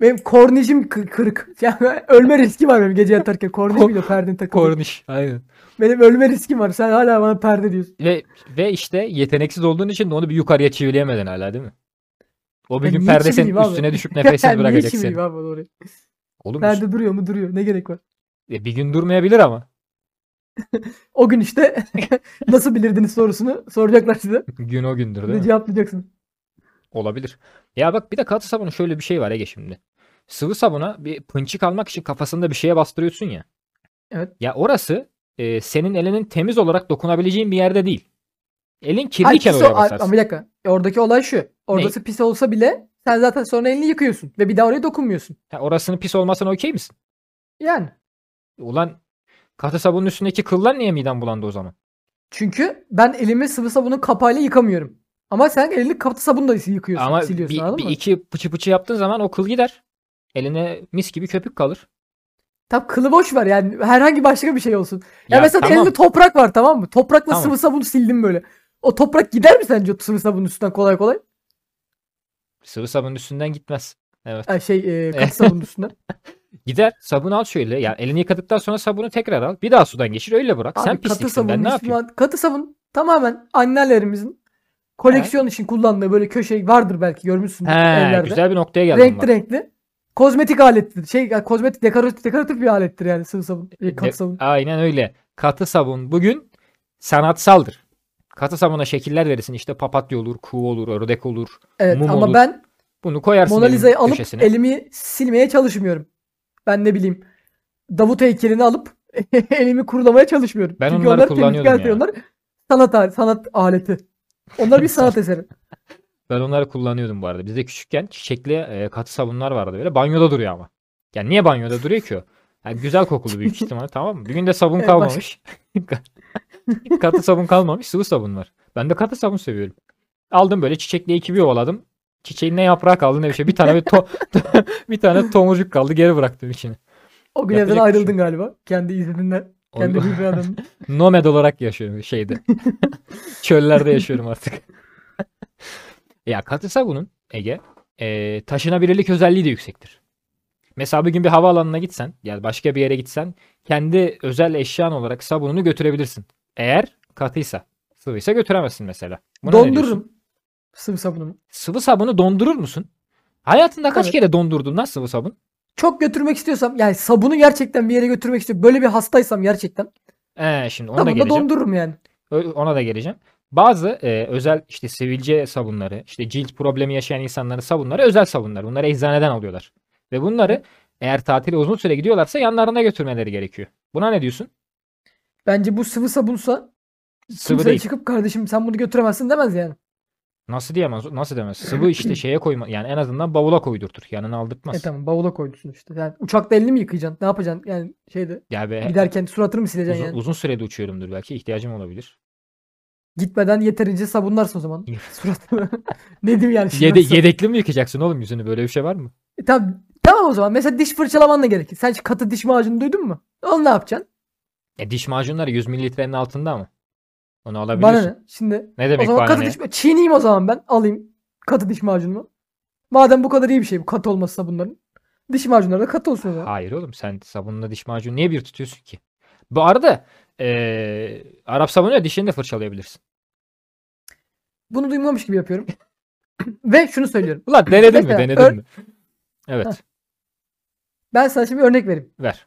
[SPEAKER 2] Benim kornişim kı- kırık. *laughs* Yani ölme riski var benim gece yatarken. Kornişimle perdeni takıldı.
[SPEAKER 1] Korniş. Aynen.
[SPEAKER 2] benim ölme riskim var. Sen hala bana perde diyorsun.
[SPEAKER 1] Ve ve işte yeteneksiz olduğun için de onu bir yukarıya çivileyemedin hala değil mi? O bir
[SPEAKER 2] Ben
[SPEAKER 1] gün
[SPEAKER 2] niye
[SPEAKER 1] perde senin
[SPEAKER 2] çivileyim abi?
[SPEAKER 1] üstüne
[SPEAKER 2] *laughs*
[SPEAKER 1] düşüp nefessiz
[SPEAKER 2] Niye
[SPEAKER 1] bırakacak
[SPEAKER 2] çivileyim
[SPEAKER 1] seni.
[SPEAKER 2] abi orayı?
[SPEAKER 1] Oğlum
[SPEAKER 2] Perde duruyor mu duruyor. Ne gerek var?
[SPEAKER 1] e, bir gün durmayabilir ama. *laughs*
[SPEAKER 2] O gün işte nasıl bilirdiniz sorusunu soracaklar size.
[SPEAKER 1] Gün o gündür
[SPEAKER 2] Bir
[SPEAKER 1] değil
[SPEAKER 2] de
[SPEAKER 1] mi?
[SPEAKER 2] cevaplayacaksın.
[SPEAKER 1] Olabilir. Ya bak bir de katı sabunun şöyle bir şey var Ege şimdi. Sıvı sabuna bir pınçık almak için kafasında bir şeye bastırıyorsun ya.
[SPEAKER 2] Evet.
[SPEAKER 1] Ya orası e, senin elinin temiz olarak dokunabileceğin bir yerde değil. Elin kirliyken
[SPEAKER 2] pis
[SPEAKER 1] oraya
[SPEAKER 2] o- ay,
[SPEAKER 1] basarsın.
[SPEAKER 2] ama bir dakika. E, Oradaki olay şu. Orası pis olsa bile sen zaten sonra elini yıkıyorsun. Ve bir daha oraya dokunmuyorsun.
[SPEAKER 1] Ha, orasının pis olmasına okey misin?
[SPEAKER 2] Yani.
[SPEAKER 1] Ulan katı sabunun üstündeki kıllar niye miden bulandı o zaman?
[SPEAKER 2] Çünkü ben elimi sıvı sabunun kapağıyla yıkamıyorum. Ama sen elini katı sabunla yıkıyorsun.
[SPEAKER 1] Ama
[SPEAKER 2] siliyorsun
[SPEAKER 1] bir,
[SPEAKER 2] anladın
[SPEAKER 1] bir
[SPEAKER 2] mı?
[SPEAKER 1] iki pıçı pıçı yaptığın zaman o kıl gider. Eline mis gibi köpük kalır.
[SPEAKER 2] Tam kılı boş ver yani herhangi başka bir şey olsun. Ya,
[SPEAKER 1] Ya
[SPEAKER 2] mesela
[SPEAKER 1] tamam.
[SPEAKER 2] elinde toprak var tamam mı? Toprakla
[SPEAKER 1] Tamam.
[SPEAKER 2] sıvı sabun sildim böyle. O toprak gider mi sence o sıvı sabunun üstünden kolay kolay?
[SPEAKER 1] Sıvı sabunun üstünden gitmez. Evet.
[SPEAKER 2] Ha, şey e,
[SPEAKER 1] *laughs*
[SPEAKER 2] katı sabunun üstünden.
[SPEAKER 1] Gider sabun al şöyle. Ya elini yıkadıktan sonra sabunu tekrar al. Bir daha sudan geçir öyle bırak. Sen
[SPEAKER 2] Abi katı
[SPEAKER 1] pisliksin ben
[SPEAKER 2] sabunun
[SPEAKER 1] ne yapayım?
[SPEAKER 2] üstünden. Katı sabun tamamen annelerimizin koleksiyon için kullandığı böyle köşe vardır belki görmüşsün
[SPEAKER 1] He,
[SPEAKER 2] evlerde.
[SPEAKER 1] güzel bir noktaya geldim.
[SPEAKER 2] renkli
[SPEAKER 1] bak.
[SPEAKER 2] renkli. Kozmetik alettir. Şey ya, kozmetik dekoratif, dekoratif bir alettir yani sıvı sabun. e,
[SPEAKER 1] De-
[SPEAKER 2] katı sabun.
[SPEAKER 1] Aynen öyle. Katı sabun bugün sanatsaldır. Katı sabuna şekiller verirsin. İşte papatya olur, kuğu olur, ördek olur.
[SPEAKER 2] Evet
[SPEAKER 1] mum
[SPEAKER 2] ama
[SPEAKER 1] olur.
[SPEAKER 2] ben
[SPEAKER 1] Bunu koyarsın
[SPEAKER 2] Mona
[SPEAKER 1] evin
[SPEAKER 2] Lisa'yı alıp
[SPEAKER 1] köşesine.
[SPEAKER 2] elimi silmeye çalışmıyorum. Ben ne bileyim Davut heykelini alıp *laughs* elimi kurulamaya çalışmıyorum.
[SPEAKER 1] Ben
[SPEAKER 2] Çünkü
[SPEAKER 1] onları
[SPEAKER 2] onlar
[SPEAKER 1] kullanıyordum
[SPEAKER 2] temizlik aleti,
[SPEAKER 1] ya.
[SPEAKER 2] Onlar sanat, al- sanat aleti.
[SPEAKER 1] *laughs*
[SPEAKER 2] Onlar bir sanat eseri.
[SPEAKER 1] Ben onları kullanıyordum bu arada. Bizde küçükken çiçekli e, katı sabunlar vardı böyle. Banyoda duruyor ama. Yani niye banyoda duruyor ki o? Yani güzel kokulu
[SPEAKER 2] *laughs*
[SPEAKER 1] büyük ihtimalle tamam mı? Bir gün de sabun
[SPEAKER 2] Evet,
[SPEAKER 1] kalmamış. *laughs* katı sabun kalmamış. Sıvı sabun var. Ben de katı sabun seviyorum. Aldım böyle çiçekli iki bir ovaladım. Çiçeğin ne yaprak kaldı ne bir şey. Bir tane bir, to- *laughs* bir tane tomurcuk kaldı geri bıraktım içine.
[SPEAKER 2] O gün
[SPEAKER 1] Yapacak
[SPEAKER 2] evden
[SPEAKER 1] bir şey
[SPEAKER 2] ayrıldın galiba. Kendi izninden.
[SPEAKER 1] Onu- *laughs*
[SPEAKER 2] Kendi hürri adamın.
[SPEAKER 1] Nomad olarak yaşıyorum
[SPEAKER 2] *laughs*
[SPEAKER 1] şeyde. Çöllerde yaşıyorum artık. ya katı sabunun Ege e, taşınabilirlik özelliği de yüksektir. Mesela bir gün bir havaalanına gitsen yani başka bir yere gitsen kendi özel eşyan olarak sabununu götürebilirsin. Eğer katıysa. Sıvıysa götüremezsin mesela. Buna ne diyorsun?
[SPEAKER 2] Dondururum. Sıvı sabunumu.
[SPEAKER 1] Sıvı sabunu dondurur musun? Hayatında kaç
[SPEAKER 2] Evet.
[SPEAKER 1] kere dondurdun lan sıvı sabun?
[SPEAKER 2] Çok götürmek istiyorsam yani sabunu gerçekten bir yere götürmek istiyorum. Böyle bir hastaysam gerçekten.
[SPEAKER 1] Ee, şimdi ona da
[SPEAKER 2] Sabunu da
[SPEAKER 1] geleceğim.
[SPEAKER 2] dondururum yani.
[SPEAKER 1] Ö- Ona da geleceğim. Bazı e, özel işte sivilce sabunları, işte cilt problemi yaşayan insanların sabunları özel sabunlar. Bunları eczaneden alıyorlar. Ve bunları eğer tatile uzun süre gidiyorlarsa yanlarına götürmeleri gerekiyor. Buna ne diyorsun?
[SPEAKER 2] Bence bu sıvı sabunsa
[SPEAKER 1] Sıvı
[SPEAKER 2] kimse
[SPEAKER 1] değil.
[SPEAKER 2] çıkıp kardeşim sen bunu götüremezsin demez yani. E,
[SPEAKER 1] Nasıl diyemez? Nasıl demez? Sıvı
[SPEAKER 2] *clears throat*
[SPEAKER 1] işte şeye koyma yani en azından bavula koydurtur. Yanına aldırtmaz.
[SPEAKER 2] E tamam bavula koydusun işte. Yani uçakta elini mi yıkayacaksın? Ne yapacaksın? Yani şeyde
[SPEAKER 1] Ya be,
[SPEAKER 2] giderken suratını mı sileceksin
[SPEAKER 1] E, uzun,
[SPEAKER 2] yani?
[SPEAKER 1] uzun sürede uçuyorumdur belki ihtiyacım olabilir.
[SPEAKER 2] Gitmeden yeterince sabunlarsın o zaman. *laughs* Suratını. ne diyeyim yani? şimdi
[SPEAKER 1] Yede,
[SPEAKER 2] nasıl-
[SPEAKER 1] yedekli mi yıkayacaksın oğlum yüzünü? Böyle bir şey var mı?
[SPEAKER 2] E tamam, tamam o zaman. Mesela diş fırçalaman da gerekir. Sen şu katı diş macunu duydun mu? Onu ne yapacaksın?
[SPEAKER 1] E, diş macunları 100 mililitrenin altında mı? Onu
[SPEAKER 2] Bana
[SPEAKER 1] alabiliyorsun.
[SPEAKER 2] ne? Şimdi
[SPEAKER 1] ne? demek hani.
[SPEAKER 2] o zaman
[SPEAKER 1] bana
[SPEAKER 2] katı
[SPEAKER 1] ne?
[SPEAKER 2] diş çiğneyim o zaman ben. Alayım katı diş macunumu. Madem bu kadar iyi bir şey bu katı olması sabunların. Diş macunları da katı olsun o zaman.
[SPEAKER 1] Hayır oğlum sen sabunla diş macunu niye bir tutuyorsun ki? Bu arada eee, Arap sabunuyla dişini de fırçalayabilirsin.
[SPEAKER 2] Bunu duymamış gibi yapıyorum. *coughs* Ve şunu söylüyorum.
[SPEAKER 1] Ulan denedin mi?
[SPEAKER 2] Mesela
[SPEAKER 1] Denedin
[SPEAKER 2] ör-
[SPEAKER 1] mi? Evet.
[SPEAKER 2] Ben sana şimdi bir örnek vereyim.
[SPEAKER 1] ver.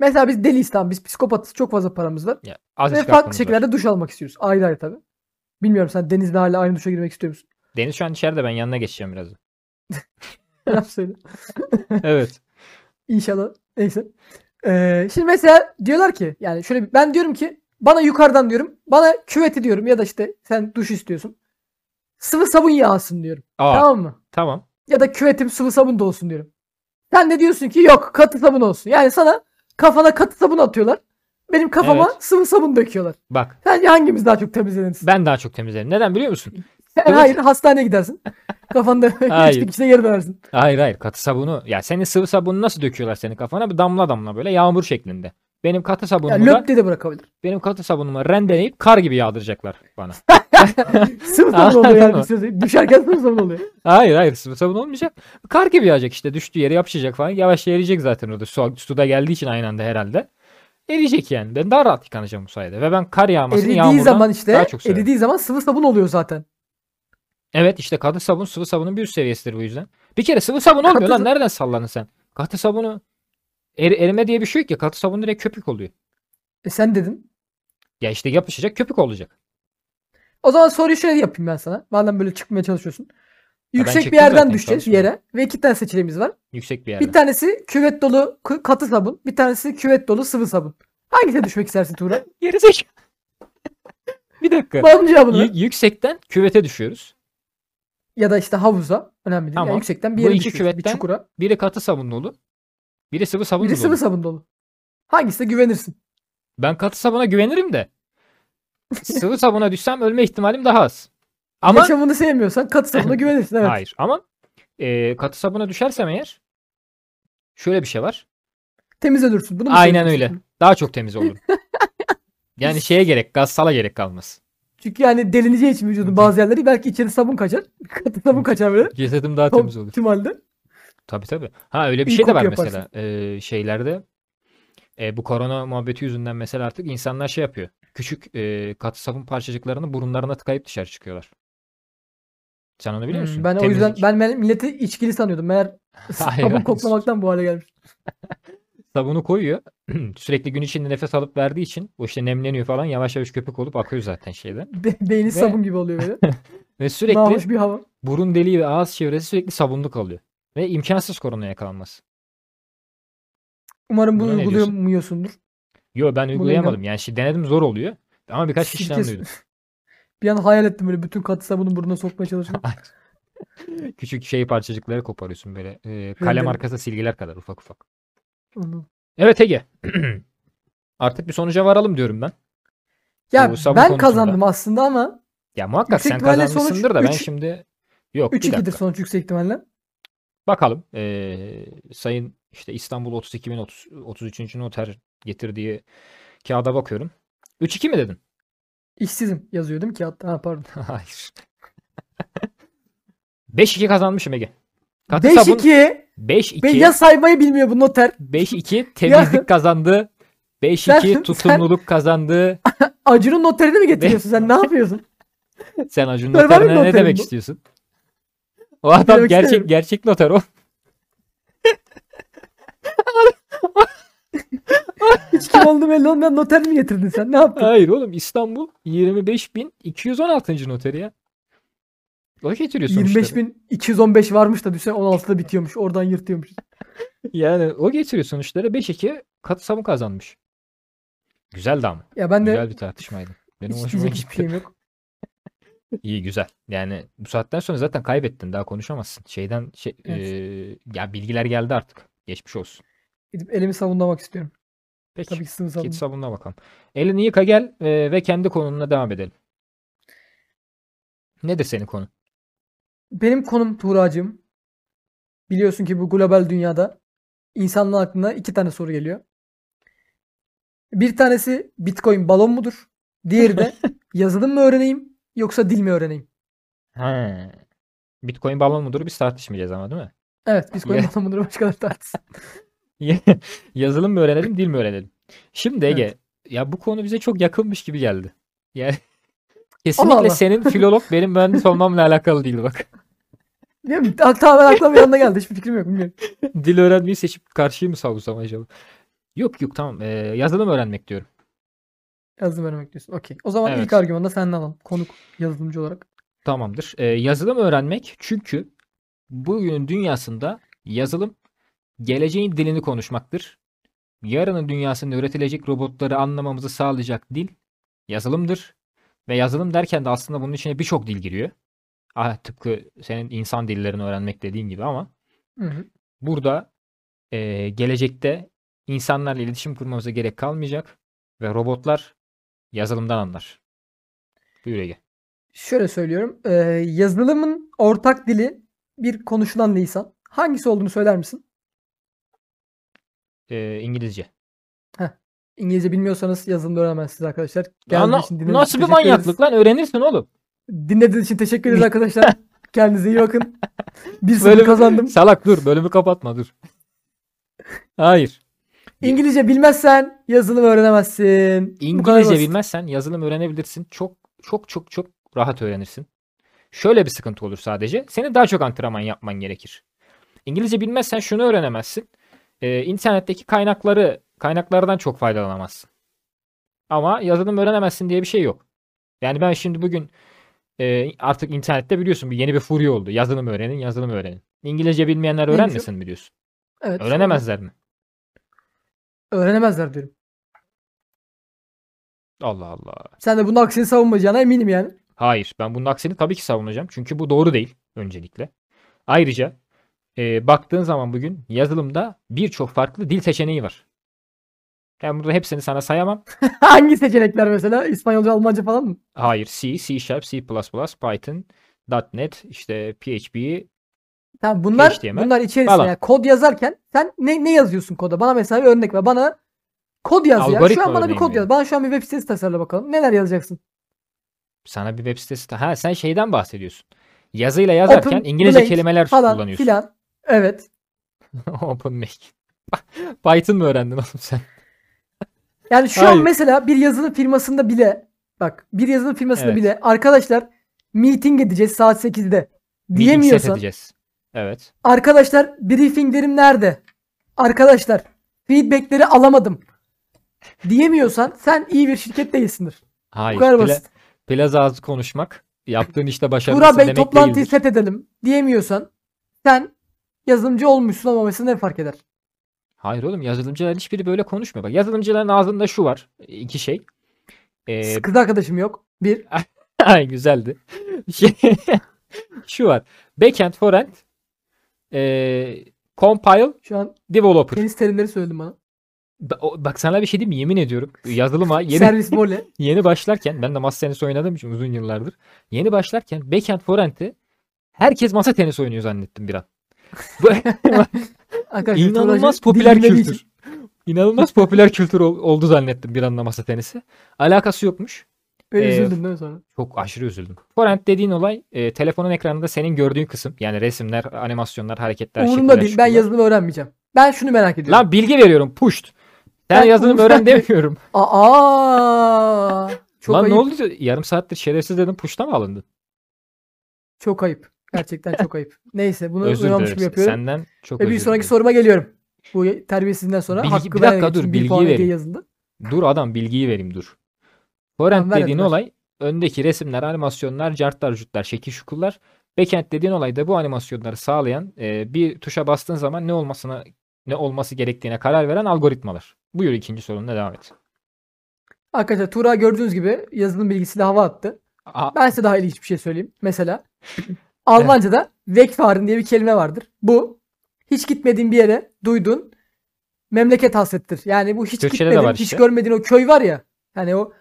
[SPEAKER 2] Mesela biz deliyiz tamam. Biz psikopatız. Çok fazla paramız var.
[SPEAKER 1] Ya, az
[SPEAKER 2] Ve farklı
[SPEAKER 1] çıkartmamız var.
[SPEAKER 2] şekillerde duş almak istiyoruz. Ayrı ayrı tabii. Bilmiyorum sen Deniz'le hala aynı duşa girmek istiyor musun? *laughs*
[SPEAKER 1] Deniz şu an içeride ben yanına geçeceğim biraz.
[SPEAKER 2] Selam söyle.
[SPEAKER 1] evet.
[SPEAKER 2] İnşallah. Neyse. Ee, şimdi mesela diyorlar ki yani şöyle bir- ben diyorum ki bana yukarıdan diyorum. Bana küveti diyorum ya da işte sen duş istiyorsun. Sıvı sabun yağsın diyorum.
[SPEAKER 1] Aa, tamam.
[SPEAKER 2] Tamam mı? ya da küvetim sıvı sabun da olsun diyorum. Sen de diyorsun ki yok katı sabun olsun. Yani sana kafana katı sabun atıyorlar. Benim kafama
[SPEAKER 1] Evet.
[SPEAKER 2] sıvı sabun döküyorlar.
[SPEAKER 1] Bak
[SPEAKER 2] Sence hangimiz daha çok temizlenir?
[SPEAKER 1] ben daha çok temizlerim. Neden biliyor musun?
[SPEAKER 2] Sen *laughs* hayır hastaneye
[SPEAKER 1] *laughs*
[SPEAKER 2] gidersin. Kafanda *laughs*
[SPEAKER 1] Hayır.
[SPEAKER 2] içtik içine geri dönersin.
[SPEAKER 1] Hayır hayır katı sabunu. Ya senin sıvı sabunu nasıl döküyorlar senin kafana? Bir damla damla böyle yağmur şeklinde. Benim katı
[SPEAKER 2] Yani
[SPEAKER 1] sabunumu da,
[SPEAKER 2] löp de de bırakabilir.
[SPEAKER 1] benim katı sabunumu rendeleyip kar gibi yağdıracaklar bana. *laughs*
[SPEAKER 2] Sıvı sabun
[SPEAKER 1] Anladın
[SPEAKER 2] oluyor yani.
[SPEAKER 1] mı?
[SPEAKER 2] bir sürü- Düşerken sıvı sabun oluyor.
[SPEAKER 1] Hayır hayır sıvı sabun olmayacak. Kar gibi yağacak işte düştüğü yere yapışacak falan. Yavaşça eriyecek zaten orada. Su, su da geldiği için aynı anda herhalde. Eriyecek yani. Ben daha rahat yıkanacağım bu sayede. Ve ben kar yağmasını
[SPEAKER 2] Eridiği
[SPEAKER 1] yağmurdan
[SPEAKER 2] zaman işte
[SPEAKER 1] daha çok severim.
[SPEAKER 2] eridiği zaman sıvı sabun oluyor zaten.
[SPEAKER 1] Evet işte katı sabun sıvı sabunun bir üst seviyesidir bu yüzden. Bir kere sıvı sabun olmuyor
[SPEAKER 2] Katı
[SPEAKER 1] lan
[SPEAKER 2] sa-
[SPEAKER 1] nereden sallandın sen? Katı sabunu er- erime diye bir şey yok ki. Katı sabun direkt köpük oluyor.
[SPEAKER 2] E sen dedin.
[SPEAKER 1] Ya işte yapışacak köpük olacak.
[SPEAKER 2] O zaman soruyu şöyle yapayım ben sana. Madem böyle çıkmaya çalışıyorsun. Yüksek bir
[SPEAKER 1] çektim zaten,
[SPEAKER 2] yerden düşeceğiz
[SPEAKER 1] çalışmıyor.
[SPEAKER 2] yere ve iki tane seçeneğimiz var.
[SPEAKER 1] Yüksek bir
[SPEAKER 2] Bir
[SPEAKER 1] yerden.
[SPEAKER 2] tanesi küvet dolu kı- katı sabun. Bir tanesi küvet dolu sıvı sabun. Hangisine düşmek
[SPEAKER 1] *laughs*
[SPEAKER 2] istersin Tuğra?
[SPEAKER 1] Gerizek. bir dakika.
[SPEAKER 2] Babam cevabını. ver.
[SPEAKER 1] Yü- yüksekten küvete düşüyoruz.
[SPEAKER 2] ya da işte havuza. Önemli değil.
[SPEAKER 1] Tamam.
[SPEAKER 2] Yani yüksekten bir
[SPEAKER 1] Bu
[SPEAKER 2] yere
[SPEAKER 1] iki
[SPEAKER 2] düşüyorsun. Bir
[SPEAKER 1] küvetten
[SPEAKER 2] çukura.
[SPEAKER 1] Biri katı sabun dolu. Biri sıvı sabun
[SPEAKER 2] Biri
[SPEAKER 1] dolu.
[SPEAKER 2] sıvı sabun dolu. Hangisine güvenirsin?
[SPEAKER 1] Ben katı sabuna güvenirim de. sıvı sabuna düşsem ölme ihtimalim daha az. Ama
[SPEAKER 2] Yaşamını sevmiyorsan katı
[SPEAKER 1] *laughs*
[SPEAKER 2] sabuna güvenirsin. Evet.
[SPEAKER 1] hayır ama e, katı sabuna düşersem eğer şöyle bir şey var.
[SPEAKER 2] Temiz ölürsün. Bunu mu
[SPEAKER 1] Aynen
[SPEAKER 2] söylüyorsun?
[SPEAKER 1] öyle. Daha çok temiz olur.
[SPEAKER 2] *laughs*
[SPEAKER 1] yani şeye gerek, gazsala gerek kalmaz.
[SPEAKER 2] Çünkü yani delineceği için vücudun bazı yerleri belki içeri sabun kaçar. *laughs* Katı sabun kaçar böyle.
[SPEAKER 1] Cesedim daha temiz olur.
[SPEAKER 2] Tüm halde.
[SPEAKER 1] Tabii tabii. Ha öyle bir
[SPEAKER 2] İyi
[SPEAKER 1] şey de
[SPEAKER 2] koku
[SPEAKER 1] var
[SPEAKER 2] yaparsın.
[SPEAKER 1] mesela e, şeylerde. E, bu korona muhabbeti yüzünden mesela artık insanlar şey yapıyor. Küçük e, katı sabun parçacıklarını burunlarına tıkayıp dışarı çıkıyorlar. Sen onu biliyor
[SPEAKER 2] Hmm,
[SPEAKER 1] musun?
[SPEAKER 2] ben o
[SPEAKER 1] Temizlik.
[SPEAKER 2] yüzden ben, ben milleti içkili sanıyordum. Meğer
[SPEAKER 1] *laughs* Hayır,
[SPEAKER 2] sabun
[SPEAKER 1] hayır.
[SPEAKER 2] koklamaktan bu hale gelmiş.
[SPEAKER 1] sabunu koyuyor. *clears throat* Sürekli gün içinde nefes alıp verdiği için o işte nemleniyor falan yavaş yavaş köpük olup akıyor zaten şeyden.
[SPEAKER 2] Be- beyni
[SPEAKER 1] Ve-
[SPEAKER 2] sabun gibi oluyor böyle.
[SPEAKER 1] Ve *laughs* sürekli
[SPEAKER 2] Dağılmış bir hava.
[SPEAKER 1] burun deliği ve ağız çevresi sürekli sabunlu kalıyor. Ve imkansız korona yakalanması.
[SPEAKER 2] Umarım bunu
[SPEAKER 1] Buna ne
[SPEAKER 2] uyguluyor
[SPEAKER 1] diyorsun?
[SPEAKER 2] muyorsundur.
[SPEAKER 1] Yo ben uygulayamadım.
[SPEAKER 2] inan-
[SPEAKER 1] Yani şey denedim zor oluyor. Ama birkaç kişiden
[SPEAKER 2] Sirkesi- *laughs*
[SPEAKER 1] duydum.
[SPEAKER 2] Bir an hayal ettim böyle bütün katı sabunun burnuna sokmaya çalışmak.
[SPEAKER 1] Küçük şey parçacıkları koparıyorsun böyle. Ee, kalem
[SPEAKER 2] Rendelim.
[SPEAKER 1] arkası silgiler kadar ufak ufak.
[SPEAKER 2] Anladım.
[SPEAKER 1] Evet Ege. *clears throat* Artık bir sonuca varalım diyorum ben.
[SPEAKER 2] ya
[SPEAKER 1] Bu sabun
[SPEAKER 2] ben
[SPEAKER 1] konusunda-
[SPEAKER 2] kazandım aslında ama
[SPEAKER 1] Ya muhakkak
[SPEAKER 2] Yüksek
[SPEAKER 1] sen
[SPEAKER 2] ihtimalle sonuç
[SPEAKER 1] kazanmışsındır da ben
[SPEAKER 2] üç-
[SPEAKER 1] şimdi yok bir
[SPEAKER 2] 3-2'dir
[SPEAKER 1] dakika.
[SPEAKER 2] sonuç yüksek ihtimalle.
[SPEAKER 1] Bakalım eee, sayın işte İstanbul 32.030 33. noter getirdiği kağıda bakıyorum. 3-2 mi dedin? *laughs*
[SPEAKER 2] İşsizim yazıyor değil mi kağıtta? Ha pardon.
[SPEAKER 1] Hayır. *laughs* 5-2 kazanmışım Ege. Katı sabun
[SPEAKER 2] 5-2. Ve
[SPEAKER 1] 5-2
[SPEAKER 2] ya saymayı bilmiyor bu noter. *laughs*
[SPEAKER 1] 5-2 temizlik kazandı. 5-2
[SPEAKER 2] Sen-
[SPEAKER 1] tutumluluk kazandı.
[SPEAKER 2] Acun'un noterini mi getiriyorsun sen? Ne yapıyorsun?
[SPEAKER 1] Sen Acun
[SPEAKER 2] Normal bir
[SPEAKER 1] Noter'ine ne
[SPEAKER 2] noterim
[SPEAKER 1] demek
[SPEAKER 2] bu.
[SPEAKER 1] istiyorsun? O adam
[SPEAKER 2] demek
[SPEAKER 1] gerçek
[SPEAKER 2] istemiyorum.
[SPEAKER 1] gerçek noter o. *laughs*
[SPEAKER 2] Hiç kim olduğu belli olmayan noter mi getirdin sen? Ne yaptın?
[SPEAKER 1] Hayır oğlum İstanbul 25.216. noteri ya. O getiriyor sonuçları.
[SPEAKER 2] 25.215 varmış da düşen 16'da bitiyormuş. Oradan yırtıyormuş.
[SPEAKER 1] Yani o getiriyor sonuçları. 5-2 katı savun kazanmış. Güzeldi ama.
[SPEAKER 2] Ya ben de
[SPEAKER 1] Güzel bir tartışmaydı. Benim
[SPEAKER 2] hiç
[SPEAKER 1] hoşuma
[SPEAKER 2] diyecek hiçbir
[SPEAKER 1] gitti.
[SPEAKER 2] şeyim yok.
[SPEAKER 1] *laughs* İyi güzel. Yani bu saatten sonra zaten kaybettin. Daha konuşamazsın. Şeyden şey,
[SPEAKER 2] Evet.
[SPEAKER 1] eee, ya bilgiler geldi artık. Geçmiş olsun.
[SPEAKER 2] Gidip elimi savunlamak istiyorum.
[SPEAKER 1] Peki.
[SPEAKER 2] Tabii ki sıvı
[SPEAKER 1] Git
[SPEAKER 2] savunma.
[SPEAKER 1] sabunla bakalım. Elini yıka gel eee, ve kendi konununa devam edelim. Nedir senin konu?
[SPEAKER 2] Benim konum Tuğra'cığım. Biliyorsun ki bu global dünyada insanın aklına iki tane soru geliyor. Bir tanesi Bitcoin balon mudur? Diğeri
[SPEAKER 1] *laughs*
[SPEAKER 2] de yazılım mı öğreneyim yoksa dil mi öğreneyim?
[SPEAKER 1] Ha. Bitcoin balon mudur? Biz tartışmayacağız ama değil mi?
[SPEAKER 2] Evet Bitcoin
[SPEAKER 1] Ya-
[SPEAKER 2] balon mudur başkaları tartışsın.
[SPEAKER 1] *laughs* Yazılım mı öğrenelim, dil mi öğrenelim? Şimdi Ege
[SPEAKER 2] Evet.
[SPEAKER 1] ya bu konu bize çok yakınmış gibi geldi. Yani *laughs* kesinlikle
[SPEAKER 2] Allah.
[SPEAKER 1] senin
[SPEAKER 2] *laughs*
[SPEAKER 1] filolog benim mühendis olmamla alakalı değil bak.
[SPEAKER 2] Değil mi? Ak- Tamamen aklıma bir anda geldi. Hiçbir fikrim yok. Bilmiyorum.
[SPEAKER 1] Dil öğrenmeyi seçip karşıyı mı savursam acaba? Yok yok tamam ee, yazılım öğrenmek diyorum.
[SPEAKER 2] Yazılım öğrenmek diyorsun. Okey. O zaman
[SPEAKER 1] Evet.
[SPEAKER 2] ilk argümanı da senden alalım. Konuk yazılımcı olarak.
[SPEAKER 1] Tamamdır. Ee, yazılım öğrenmek çünkü bugünün dünyasında yazılım geleceğin dilini konuşmaktır. Yarının dünyasında üretilecek robotları anlamamızı sağlayacak dil yazılımdır. Ve yazılım derken de aslında bunun içine birçok dil giriyor. Ah, tıpkı senin insan dillerini öğrenmek dediğin gibi ama
[SPEAKER 2] Hı hı.
[SPEAKER 1] burada eee, gelecekte insanlarla iletişim kurmamıza gerek kalmayacak ve robotlar yazılımdan anlar. Buyur Ege.
[SPEAKER 2] Şöyle söylüyorum. Ee, yazılımın ortak dili bir konuşulan lisan. Hangisi olduğunu söyler misin?
[SPEAKER 1] Ee, İngilizce.
[SPEAKER 2] İngilizce bilmiyorsanız yazılımda öğrenemezsiniz arkadaşlar.
[SPEAKER 1] Ya
[SPEAKER 2] Geldiğiniz
[SPEAKER 1] na-
[SPEAKER 2] için dinlediğiniz
[SPEAKER 1] nasıl
[SPEAKER 2] için
[SPEAKER 1] bir
[SPEAKER 2] teşekkür ederiz.
[SPEAKER 1] manyaklık lan öğrenirsin oğlum.
[SPEAKER 2] Dinlediğiniz için teşekkür ederiz
[SPEAKER 1] *laughs*
[SPEAKER 2] arkadaşlar. Kendinize iyi bakın. Bir sıfır
[SPEAKER 1] Böyle-
[SPEAKER 2] kazandım.
[SPEAKER 1] Salak dur bölümü kapatma dur. Hayır.
[SPEAKER 2] İngilizce bilmezsen yazılım öğrenemezsin. Bu kadar
[SPEAKER 1] İngilizce
[SPEAKER 2] basit.
[SPEAKER 1] bilmezsen yazılım öğrenebilirsin. Çok çok çok çok rahat öğrenirsin. Şöyle bir sıkıntı olur sadece. Senin daha çok antrenman yapman gerekir. İngilizce bilmezsen şunu öğrenemezsin. Ee, internetteki kaynakları kaynaklardan çok faydalanamazsın. Ama yazılım öğrenemezsin diye bir şey yok. Yani ben şimdi bugün e, artık internette biliyorsun bir yeni bir furya oldu. Yazılım öğrenin, yazılım öğrenin. İngilizce bilmeyenler
[SPEAKER 2] Neymiş o?
[SPEAKER 1] öğrenmesin mi diyorsun?
[SPEAKER 2] Evet.
[SPEAKER 1] Öğrenemezler mi?
[SPEAKER 2] Öğrenemezler diyorum.
[SPEAKER 1] Allah Allah.
[SPEAKER 2] Sen de bunun aksini savunmayacağına eminim yani. *laughs*
[SPEAKER 1] Hayır, ben bunun aksini tabii ki savunacağım. Çünkü bu doğru değil öncelikle. Ayrıca e, baktığın zaman bugün yazılımda birçok farklı dil seçeneği var. Ben burada hepsini sana sayamam.
[SPEAKER 2] Hangi seçenekler mesela? İspanyolca, Almanca falan mı?
[SPEAKER 1] Hayır, C, C Sharp, C++, Python, .NET, işte PHP.
[SPEAKER 2] Tamam bunlar
[SPEAKER 1] HTML
[SPEAKER 2] bunlar içerisinde
[SPEAKER 1] falan.
[SPEAKER 2] yani kod yazarken sen ne ne yazıyorsun koda? Bana mesela bir örnek ver. Bana kod yaz ya. Şu
[SPEAKER 1] Algoritma
[SPEAKER 2] an bana bir
[SPEAKER 1] örneği
[SPEAKER 2] kod
[SPEAKER 1] mi?
[SPEAKER 2] yaz. Bana şu an bir web sitesi tasarla bakalım. Neler yazacaksın?
[SPEAKER 1] Sana bir web sitesi... Ha sen şeyden bahsediyorsun. Yazıyla yazarken İngilizce
[SPEAKER 2] blank
[SPEAKER 1] kelimeler
[SPEAKER 2] Falan
[SPEAKER 1] kullanıyorsun. *laughs*
[SPEAKER 2] filan. Evet.
[SPEAKER 1] OpenMake. Python mı öğrendin oğlum sen?
[SPEAKER 2] Yani şu
[SPEAKER 1] Hayır.
[SPEAKER 2] an mesela bir yazılım firmasında bile bak bir yazılım firmasında
[SPEAKER 1] Evet.
[SPEAKER 2] bile arkadaşlar meeting edeceğiz saat 8'de
[SPEAKER 1] Meeting set
[SPEAKER 2] diyemiyorsan
[SPEAKER 1] edeceğiz. Evet.
[SPEAKER 2] arkadaşlar briefinglerim nerede? Arkadaşlar feedbackleri alamadım. Diyemiyorsan sen iyi bir şirket değilsindir. Bu
[SPEAKER 1] Hayır.
[SPEAKER 2] kadar
[SPEAKER 1] pla-
[SPEAKER 2] basit.
[SPEAKER 1] plaza ağzı konuşmak yaptığın işte başarılısın
[SPEAKER 2] Burak Bey
[SPEAKER 1] demek
[SPEAKER 2] toplantıyı
[SPEAKER 1] değildir.
[SPEAKER 2] set edelim diyemiyorsan sen yazılımcı olmuşsun ama mesela ne fark eder?
[SPEAKER 1] Hayır oğlum yazılımcıların hiçbiri böyle konuşmuyor. Bak yazılımcıların ağzında şu var. iki şey. Ee, *laughs*
[SPEAKER 2] Kız arkadaşım yok. Bir.
[SPEAKER 1] ay güzeldi. *laughs* Şey, şu var. Backend, forend, ee, compile,
[SPEAKER 2] Şu an
[SPEAKER 1] developer.
[SPEAKER 2] tenis terimleri söyledim bana.
[SPEAKER 1] Ba- o- Bak sana bir şey diyeyim mi? Yemin ediyorum. Yazılıma yeni
[SPEAKER 2] Servis vole.
[SPEAKER 1] yeni başlarken ben de masa tenisi oynadığım için uzun yıllardır. Yeni başlarken backend, forend'i herkes masa tenisi oynuyor zannettim bir an. Bu-
[SPEAKER 2] Arkadaşlar,
[SPEAKER 1] *laughs* İnanılmaz
[SPEAKER 2] Tuğracı
[SPEAKER 1] popüler
[SPEAKER 2] dil bilmediği
[SPEAKER 1] kültür.
[SPEAKER 2] için-
[SPEAKER 1] İnanılmaz popüler kültür ol- oldu zannettim bir anda masa tenisi. Alakası yokmuş.
[SPEAKER 2] Ve
[SPEAKER 1] Ee,
[SPEAKER 2] üzüldüm değil mi sonra?
[SPEAKER 1] Çok aşırı üzüldüm. Forend dediğin olay e, telefonun ekranında senin gördüğün kısım. Yani resimler, animasyonlar, hareketler,
[SPEAKER 2] Umurumda
[SPEAKER 1] şekiller,
[SPEAKER 2] değil. Ben
[SPEAKER 1] şükürler.
[SPEAKER 2] yazılımı öğrenmeyeceğim. Ben şunu merak ediyorum.
[SPEAKER 1] Lan bilgi veriyorum. Pusht. Sen
[SPEAKER 2] Ben
[SPEAKER 1] yazılım öğren
[SPEAKER 2] umurumda-
[SPEAKER 1] demiyorum.
[SPEAKER 2] Aa. *laughs* Çok
[SPEAKER 1] Lan
[SPEAKER 2] ayıp.
[SPEAKER 1] ne oldu? Yarım saattir şerefsiz dedim. Push'ta mı alındın?
[SPEAKER 2] Çok ayıp. Gerçekten çok ayıp. Neyse bunu
[SPEAKER 1] özür
[SPEAKER 2] uyanmış
[SPEAKER 1] dilerim.
[SPEAKER 2] gibi yapıyorum.
[SPEAKER 1] Senden çok
[SPEAKER 2] Ve
[SPEAKER 1] özür
[SPEAKER 2] bir sonraki
[SPEAKER 1] dilerim.
[SPEAKER 2] soruma geliyorum. Bu terbiyesizliğinden sonra
[SPEAKER 1] Bilgi-
[SPEAKER 2] hakkı
[SPEAKER 1] bir
[SPEAKER 2] ben
[SPEAKER 1] dakika
[SPEAKER 2] yemek
[SPEAKER 1] dur,
[SPEAKER 2] için
[SPEAKER 1] bilgiyi
[SPEAKER 2] bir puan hediye
[SPEAKER 1] verin.
[SPEAKER 2] yazıldı.
[SPEAKER 1] Dur adam bilgiyi vereyim dur. Forend
[SPEAKER 2] Tamam, ver
[SPEAKER 1] dediğin
[SPEAKER 2] hadi, ver.
[SPEAKER 1] olay öndeki resimler, animasyonlar, cartlar, cutlar, şekil şukullar. Backend dediğin olay da bu animasyonları sağlayan e, bir tuşa bastığın zaman ne olmasına ne olması gerektiğine karar veren algoritmalar. Buyur ikinci sorunla devam et.
[SPEAKER 2] Arkadaşlar Tuğra gördüğünüz gibi yazılım bilgisiyle hava attı.
[SPEAKER 1] Aa,
[SPEAKER 2] Ben size daha ilginç bir şey söyleyeyim. Mesela Almanca'da Wegfahren diye bir kelime vardır. Bu hiç gitmediğin bir yere duyduğun memleket hasrettir. Yani bu hiç
[SPEAKER 1] Türkçe'de de
[SPEAKER 2] gitmediğin,
[SPEAKER 1] var
[SPEAKER 2] hiç
[SPEAKER 1] işte.
[SPEAKER 2] görmediğin o köy var ya. Hani o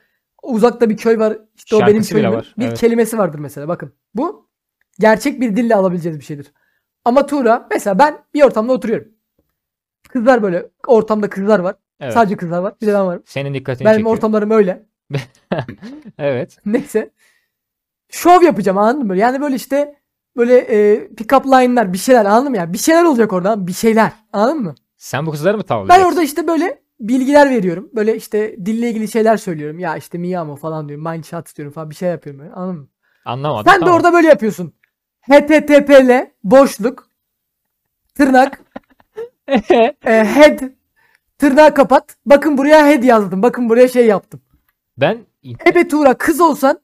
[SPEAKER 2] uzakta bir köy var. İşte o benim
[SPEAKER 1] Şarkısı bile
[SPEAKER 2] köyüm.
[SPEAKER 1] var,
[SPEAKER 2] Bir
[SPEAKER 1] evet.
[SPEAKER 2] kelimesi vardır mesela. Bakın bu gerçek bir dille alabileceğiniz bir şeydir. Ama Tuğra mesela ben bir ortamda oturuyorum. Kızlar böyle ortamda kızlar var.
[SPEAKER 1] evet.
[SPEAKER 2] Sadece kızlar var. Bir de ben varım.
[SPEAKER 1] Senin dikkatini
[SPEAKER 2] Benim
[SPEAKER 1] çekiyor.
[SPEAKER 2] ortamlarım öyle.
[SPEAKER 1] Evet.
[SPEAKER 2] *laughs* Neyse. Şov yapacağım anladın mı? Yani böyle işte böyle e, pick up line'lar bir şeyler anladın mı ya? Bir şeyler olacak orada bir şeyler anladın mı?
[SPEAKER 1] Sen bu kızları mı
[SPEAKER 2] Ben
[SPEAKER 1] tavlayacaksın?
[SPEAKER 2] orada işte böyle bilgiler veriyorum. Böyle işte dille ilgili şeyler söylüyorum. Ya işte Miyamo falan diyorum. Mindshot diyorum falan bir şey yapıyorum. Böyle. Anladın mı?
[SPEAKER 1] Anlamadım.
[SPEAKER 2] Sen de
[SPEAKER 1] tamam.
[SPEAKER 2] orada böyle yapıyorsun. HTTPL boşluk tırnak e, head tırnağı kapat. Bakın buraya head yazdım. Bakın buraya şey yaptım.
[SPEAKER 1] ben
[SPEAKER 2] Ebe Tuğra kız olsan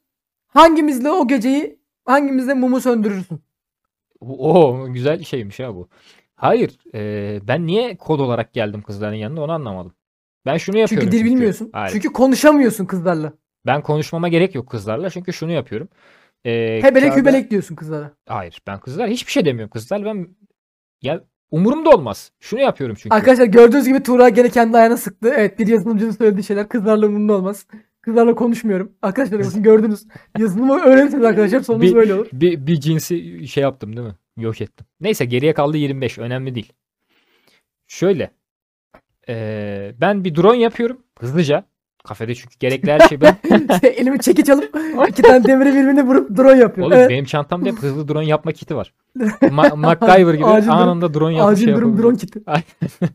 [SPEAKER 2] hangimizle o geceyi hangimizle mumu söndürürsün?
[SPEAKER 1] o güzel şeymiş ya bu. Hayır, e, ben niye kod olarak geldim kızların yanına onu anlamadım. Ben şunu
[SPEAKER 2] Çünkü
[SPEAKER 1] yapıyorum
[SPEAKER 2] dil bilmiyorsun.
[SPEAKER 1] Hayır.
[SPEAKER 2] Çünkü konuşamıyorsun kızlarla.
[SPEAKER 1] Ben konuşmama gerek yok kızlarla çünkü şunu yapıyorum. E,
[SPEAKER 2] Hebelek
[SPEAKER 1] kağıda-
[SPEAKER 2] hübelek diyorsun kızlara.
[SPEAKER 1] Hayır, ben kızlar hiçbir şey demiyorum kızlar. Ben ya umurumda olmaz. Şunu yapıyorum çünkü.
[SPEAKER 2] Arkadaşlar gördüğünüz gibi Tuğra gene kendi ayağına sıktı. Evet bir yazılımcının söylediği şeyler kızlarla bunun olmaz. Kızlarla konuşmuyorum. Arkadaşlar bakın gördünüz. Yazılımı öğrenirseniz arkadaşlar sonumuz
[SPEAKER 1] Bir- *laughs*
[SPEAKER 2] böyle olur.
[SPEAKER 1] Bir, bir cinsi şey yaptım değil mi? Yok ettim. Neyse geriye kaldı 25. Önemli değil. Şöyle. eee, ben bir drone yapıyorum. Hızlıca. Kafede çünkü gerekli her şey.
[SPEAKER 2] *laughs*
[SPEAKER 1] Ben,
[SPEAKER 2] Şey, elimi çekiç alıp iki tane demire birbirine vurup drone yapıyorum.
[SPEAKER 1] oğlum
[SPEAKER 2] Evet,
[SPEAKER 1] benim çantamda hep hızlı drone yapma kiti
[SPEAKER 2] *laughs*
[SPEAKER 1] var. Ma- MacGyver gibi
[SPEAKER 2] Acil durum-
[SPEAKER 1] anında drone yapıp
[SPEAKER 2] acil
[SPEAKER 1] şey
[SPEAKER 2] durum
[SPEAKER 1] yapabiliyorum.
[SPEAKER 2] drone kiti.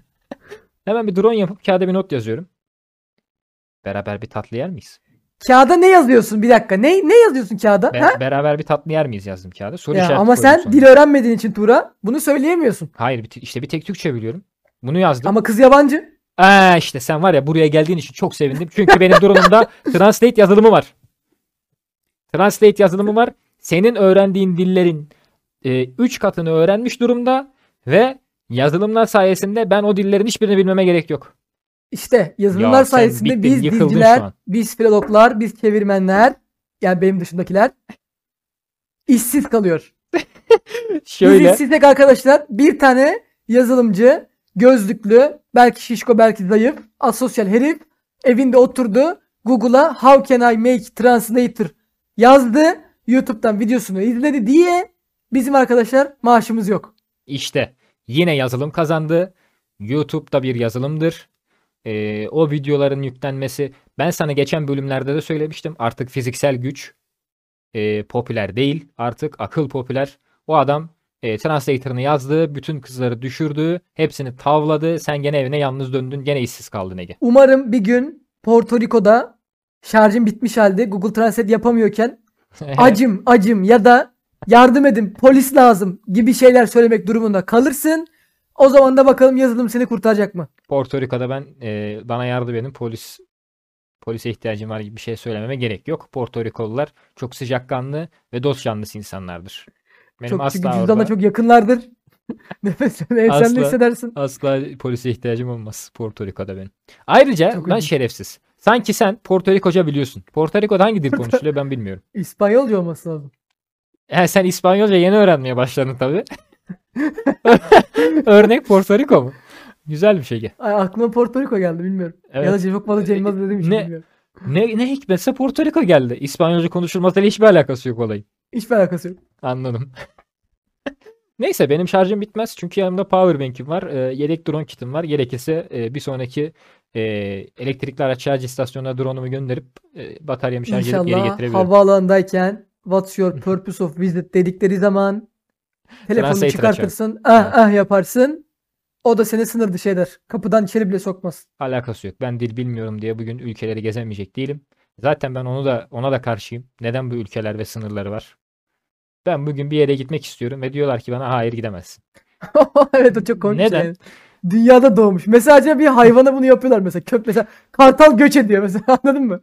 [SPEAKER 1] Hemen bir drone yapıp kağıda bir not yazıyorum. Beraber bir tatlı yer
[SPEAKER 2] *laughs*
[SPEAKER 1] miyiz?
[SPEAKER 2] Kağıda ne yazıyorsun? Bir dakika. Ne ne yazıyorsun kağıda?
[SPEAKER 1] Be-
[SPEAKER 2] ha?
[SPEAKER 1] beraber bir tatlı yer miyiz yazdım kağıda. Soru
[SPEAKER 2] Ya,
[SPEAKER 1] işareti
[SPEAKER 2] ama
[SPEAKER 1] koydum
[SPEAKER 2] sen
[SPEAKER 1] sonra.
[SPEAKER 2] dil öğrenmediğin için Tuğra bunu söyleyemiyorsun.
[SPEAKER 1] Hayır bir te- işte bir tek Türkçe biliyorum. Bunu yazdım.
[SPEAKER 2] Ama kız yabancı.
[SPEAKER 1] Aa işte sen var ya buraya geldiğin için çok sevindim. Çünkü benim
[SPEAKER 2] *laughs*
[SPEAKER 1] drone'umda Translate yazılımı var. Translate yazılımı var. Senin öğrendiğin dillerin 3 katını öğrenmiş durumda ve yazılımlar sayesinde ben o dillerin hiçbirini bilmeme gerek
[SPEAKER 2] *laughs*
[SPEAKER 1] yok.
[SPEAKER 2] İşte yazılımlar
[SPEAKER 1] Ya sen
[SPEAKER 2] sayesinde
[SPEAKER 1] bittin,
[SPEAKER 2] biz
[SPEAKER 1] yıkıldın şu
[SPEAKER 2] dilciler,
[SPEAKER 1] an.
[SPEAKER 2] biz filologlar, biz çevirmenler yani benim dışındakiler işsiz kalıyor. Biz
[SPEAKER 1] Şöyle
[SPEAKER 2] işsizlik arkadaşlar bir tane yazılımcı, gözlüklü, belki şişko belki zayıf, asosyal herif evinde oturdu. Google'a how can I make translator yazdı. YouTube'dan videosunu izledi diye bizim arkadaşlar maaşımız yok.
[SPEAKER 1] işte yine yazılım kazandı. YouTube'da bir yazılımdır. E, o videoların yüklenmesi. Ben sana geçen bölümlerde de söylemiştim. Artık fiziksel güç e, popüler değil. Artık akıl popüler. O adam e, translator'ını yazdı. Bütün kızları düşürdü. Hepsini tavladı. Sen gene evine yalnız döndün. Gene işsiz kaldın Ege. *laughs*
[SPEAKER 2] Umarım bir gün Porto Rico'da şarjım bitmiş halde Google Translate yapamıyorken acım acım ya da yardım edin polis lazım gibi şeyler söylemek durumunda kalırsın. O zaman da bakalım yazılım seni kurtaracak mı?
[SPEAKER 1] Porto Rico'da ben e, bana yardım edin polis polise ihtiyacım var gibi bir şey söylememe gerek yok. Porto Rikolular çok sıcakkanlı ve dost canlısı insanlardır. Benim
[SPEAKER 2] çok, çünkü
[SPEAKER 1] asla
[SPEAKER 2] cüzdana
[SPEAKER 1] orada,
[SPEAKER 2] çok yakınlardır. *laughs*
[SPEAKER 1] *laughs*
[SPEAKER 2] Nefesini
[SPEAKER 1] Asla.
[SPEAKER 2] ensemde hissedersin.
[SPEAKER 1] asla polise ihtiyacım olmaz Porto Rico'da benim. Ayrıca
[SPEAKER 2] Çok
[SPEAKER 1] ben
[SPEAKER 2] ilginç.
[SPEAKER 1] şerefsiz. Sanki sen Porto Rico'ca biliyorsun. Porto Rico'da hangi dil konuşuluyor ben bilmiyorum.
[SPEAKER 2] İspanyolca olması lazım.
[SPEAKER 1] He, sen İspanyolca yeni öğrenmeye başladın
[SPEAKER 2] *laughs*
[SPEAKER 1] tabii. Örnek Porto Rico mu? Güzel bir şey.
[SPEAKER 2] Ay, aklıma Porto Rico geldi bilmiyorum. Ya
[SPEAKER 1] Evet.
[SPEAKER 2] da çok fazla Cem Yılmaz dediğim için
[SPEAKER 1] Ne-
[SPEAKER 2] bilmiyorum.
[SPEAKER 1] Ne, ne hikmetse Porto Rico geldi. İspanyolca konuşulmasıyla hiçbir alakası yok olayın.
[SPEAKER 2] Hiçbir alakası yok.
[SPEAKER 1] Anladım. *laughs* Neyse benim şarjım bitmez çünkü yanımda power bank'im var, e, yedek drone kitim var. Gerekirse e, bir sonraki e, elektrikli araç şarj istasyonuna drone'umu gönderip e, bataryamı şarj edip geri
[SPEAKER 2] İnşallah
[SPEAKER 1] getirebilirim.
[SPEAKER 2] havaalanındayken what's your purpose of visit
[SPEAKER 1] *laughs*
[SPEAKER 2] dedikleri zaman
[SPEAKER 1] Translator
[SPEAKER 2] telefonunu çıkartırsın ah
[SPEAKER 1] Evet.
[SPEAKER 2] ah yaparsın. O da seni sınır dışı eder. Kapıdan içeri bile sokmaz. *laughs*
[SPEAKER 1] Alakası yok. Ben dil bilmiyorum diye bugün ülkeleri gezemeyecek değilim. Zaten ben onu da ona da karşıyım. Neden bu ülkeler ve sınırları var? Ben bugün bir yere gitmek istiyorum ve diyorlar ki bana hayır gidemezsin.
[SPEAKER 2] evet o çok komik bir şey
[SPEAKER 1] Neden?
[SPEAKER 2] yani. Dünyada doğmuş. Mesela acaba bir hayvana bunu yapıyorlar mesela. Köp mesela kartal göç ediyor mesela *laughs* anladın mı?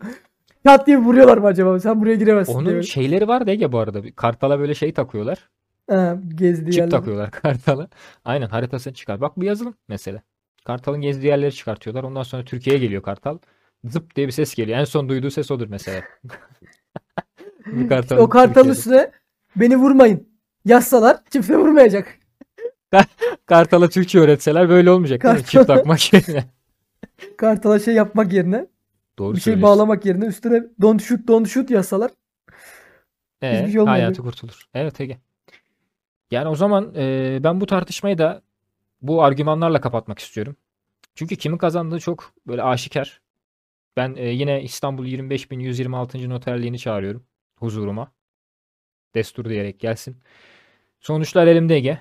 [SPEAKER 2] Yat diye vuruyorlar mı acaba? Sen buraya giremezsin
[SPEAKER 1] Onun
[SPEAKER 2] diye.
[SPEAKER 1] şeyleri var da Ege bu arada. Bir Kartala böyle şey takıyorlar.
[SPEAKER 2] Ha, gezdiği
[SPEAKER 1] Çip
[SPEAKER 2] yerler.
[SPEAKER 1] takıyorlar *laughs* kartala. Aynen haritasını çıkar. Bak bu yazılım mesela. Kartalın gezdiği yerleri çıkartıyorlar. Ondan sonra Türkiye'ye geliyor kartal. Zıp diye bir ses geliyor. En son duyduğu ses odur
[SPEAKER 2] *laughs*
[SPEAKER 1] mesela. Bu kartalın
[SPEAKER 2] O kartalın
[SPEAKER 1] Türkiye'de-
[SPEAKER 2] üstüne beni vurmayın. Yazsalar kimse vurmayacak.
[SPEAKER 1] Kartala Türkçe öğretseler böyle olmayacak değil mi? Çip
[SPEAKER 2] Kartala- *laughs*
[SPEAKER 1] takmak yerine.
[SPEAKER 2] Kartala şey yapmak yerine,
[SPEAKER 1] Doğru
[SPEAKER 2] bir şey
[SPEAKER 1] söylüyorsun.
[SPEAKER 2] bağlamak yerine üstüne don't shoot don't shoot yazsalar.
[SPEAKER 1] Ee,
[SPEAKER 2] hiçbir şey olmayacak.
[SPEAKER 1] hayatı kurtulur. Evet Ege. Yani o zaman e, ben bu tartışmayı da bu argümanlarla kapatmak istiyorum. Çünkü kimin kazandığı çok böyle aşikar. Ben e, yine İstanbul 25.126. noterliğini çağırıyorum huzuruma. Destur diyerek gelsin. Sonuçlar elimde Ege.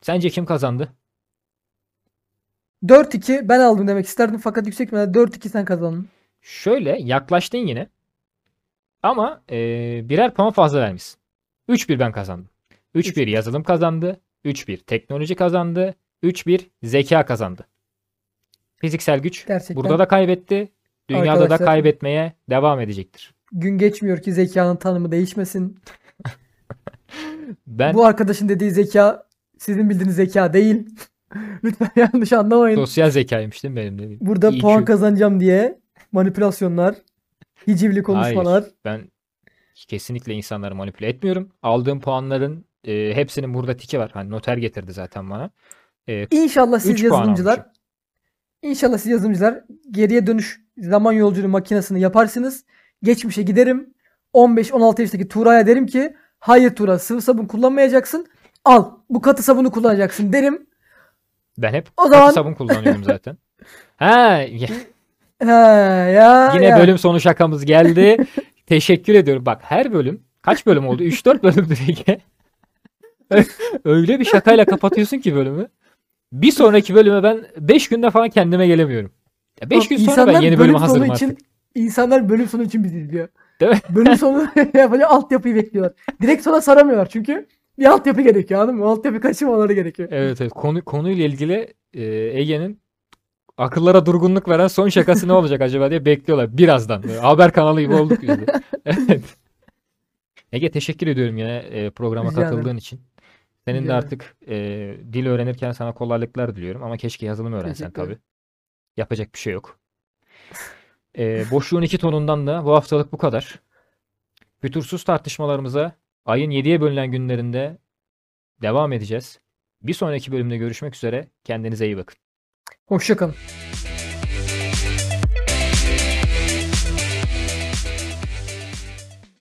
[SPEAKER 1] Sence kim kazandı?
[SPEAKER 2] 4-2 ben aldım demek isterdim fakat yüksek ihtimalle 4-2 sen kazandın.
[SPEAKER 1] Şöyle yaklaştın yine. Ama eee, birer puan fazla vermişsin. 3-1 ben kazandım. 3-1 yazılım kazandı. 3-1 teknoloji kazandı. 3-1 zeka kazandı. Fiziksel güç
[SPEAKER 2] Gerçekten
[SPEAKER 1] burada da kaybetti. Dünyada da
[SPEAKER 2] Arkadaşlar-
[SPEAKER 1] kaybetmeye devam edecektir.
[SPEAKER 2] gün geçmiyor ki zekanın tanımı değişmesin.
[SPEAKER 1] Ben
[SPEAKER 2] Bu arkadaşın dediği zeka sizin bildiğiniz zeka değil. *laughs* Lütfen yanlış anlamayın.
[SPEAKER 1] sosyal zekaymış değil mi benim dediğim?
[SPEAKER 2] Burada
[SPEAKER 1] İyi
[SPEAKER 2] puan
[SPEAKER 1] ki-
[SPEAKER 2] kazanacağım diye manipülasyonlar, hicivli konuşmalar.
[SPEAKER 1] Hayır, ben kesinlikle insanları manipüle etmiyorum. Aldığım puanların e, hepsinin burada tiki var. Hani noter getirdi zaten bana. E,
[SPEAKER 2] İnşallah siz
[SPEAKER 1] Üç puan
[SPEAKER 2] yazılımcılar
[SPEAKER 1] almışım.
[SPEAKER 2] İnşallah siz yazılımcılar geriye dönüş zaman yolculuğu makinesini yaparsınız. Geçmişe giderim. 15-16 yaşındaki Tuğra'ya derim ki hayır Tuğra sıvı sabun kullanmayacaksın. Al bu katı sabunu kullanacaksın derim.
[SPEAKER 1] ben hep
[SPEAKER 2] O
[SPEAKER 1] katı
[SPEAKER 2] zaman-
[SPEAKER 1] sabun kullanıyorum zaten.
[SPEAKER 2] *laughs*
[SPEAKER 1] Ha, y-
[SPEAKER 2] He, ya,
[SPEAKER 1] yine
[SPEAKER 2] ya.
[SPEAKER 1] bölüm sonu şakamız geldi. *laughs* Teşekkür ediyorum. Bak her bölüm kaç bölüm oldu? 3-4 bölüm *laughs* Ege. Ö- Öyle bir şakayla kapatıyorsun ki bölümü. Bir sonraki bölüme ben 5 günde falan kendime gelemiyorum. 5 gün sonra ben yeni
[SPEAKER 2] İnsanlar bölüm
[SPEAKER 1] bölüme hazırım
[SPEAKER 2] sonu
[SPEAKER 1] artık.
[SPEAKER 2] için, İnsanlar bölüm sonu için bizi izliyor.
[SPEAKER 1] Değil mi? *laughs*
[SPEAKER 2] Bölüm sonu *laughs* yapacak altyapıyı bekliyorlar. Direkt sona saramıyorlar çünkü bir altyapı gerekiyor anladın mı? O Altyapı kaçırmaları gerekiyor.
[SPEAKER 1] Evet evet konu konuyla ilgili e, Ege'nin akıllara durgunluk veren son şakası ne olacak acaba diye bekliyorlar birazdan. Böyle haber kanalı gibi olduk
[SPEAKER 2] *laughs*
[SPEAKER 1] biz de. Evet. Ege teşekkür ediyorum yine e, programa
[SPEAKER 2] Rica ederim.
[SPEAKER 1] katıldığın için. Senin de
[SPEAKER 2] Rica ederim.
[SPEAKER 1] artık e, dil öğrenirken sana kolaylıklar diliyorum ama keşke yazılımı öğrensen
[SPEAKER 2] Teşekkür ederim.
[SPEAKER 1] tabii. Yapacak bir şey yok. E, boşluğun iki tonundan da bu haftalık bu kadar. Fütursuz tartışmalarımıza ayın 7'ye bölünen günlerinde devam edeceğiz. Bir sonraki bölümde görüşmek üzere. Kendinize iyi bakın.
[SPEAKER 2] Hoşçakalın.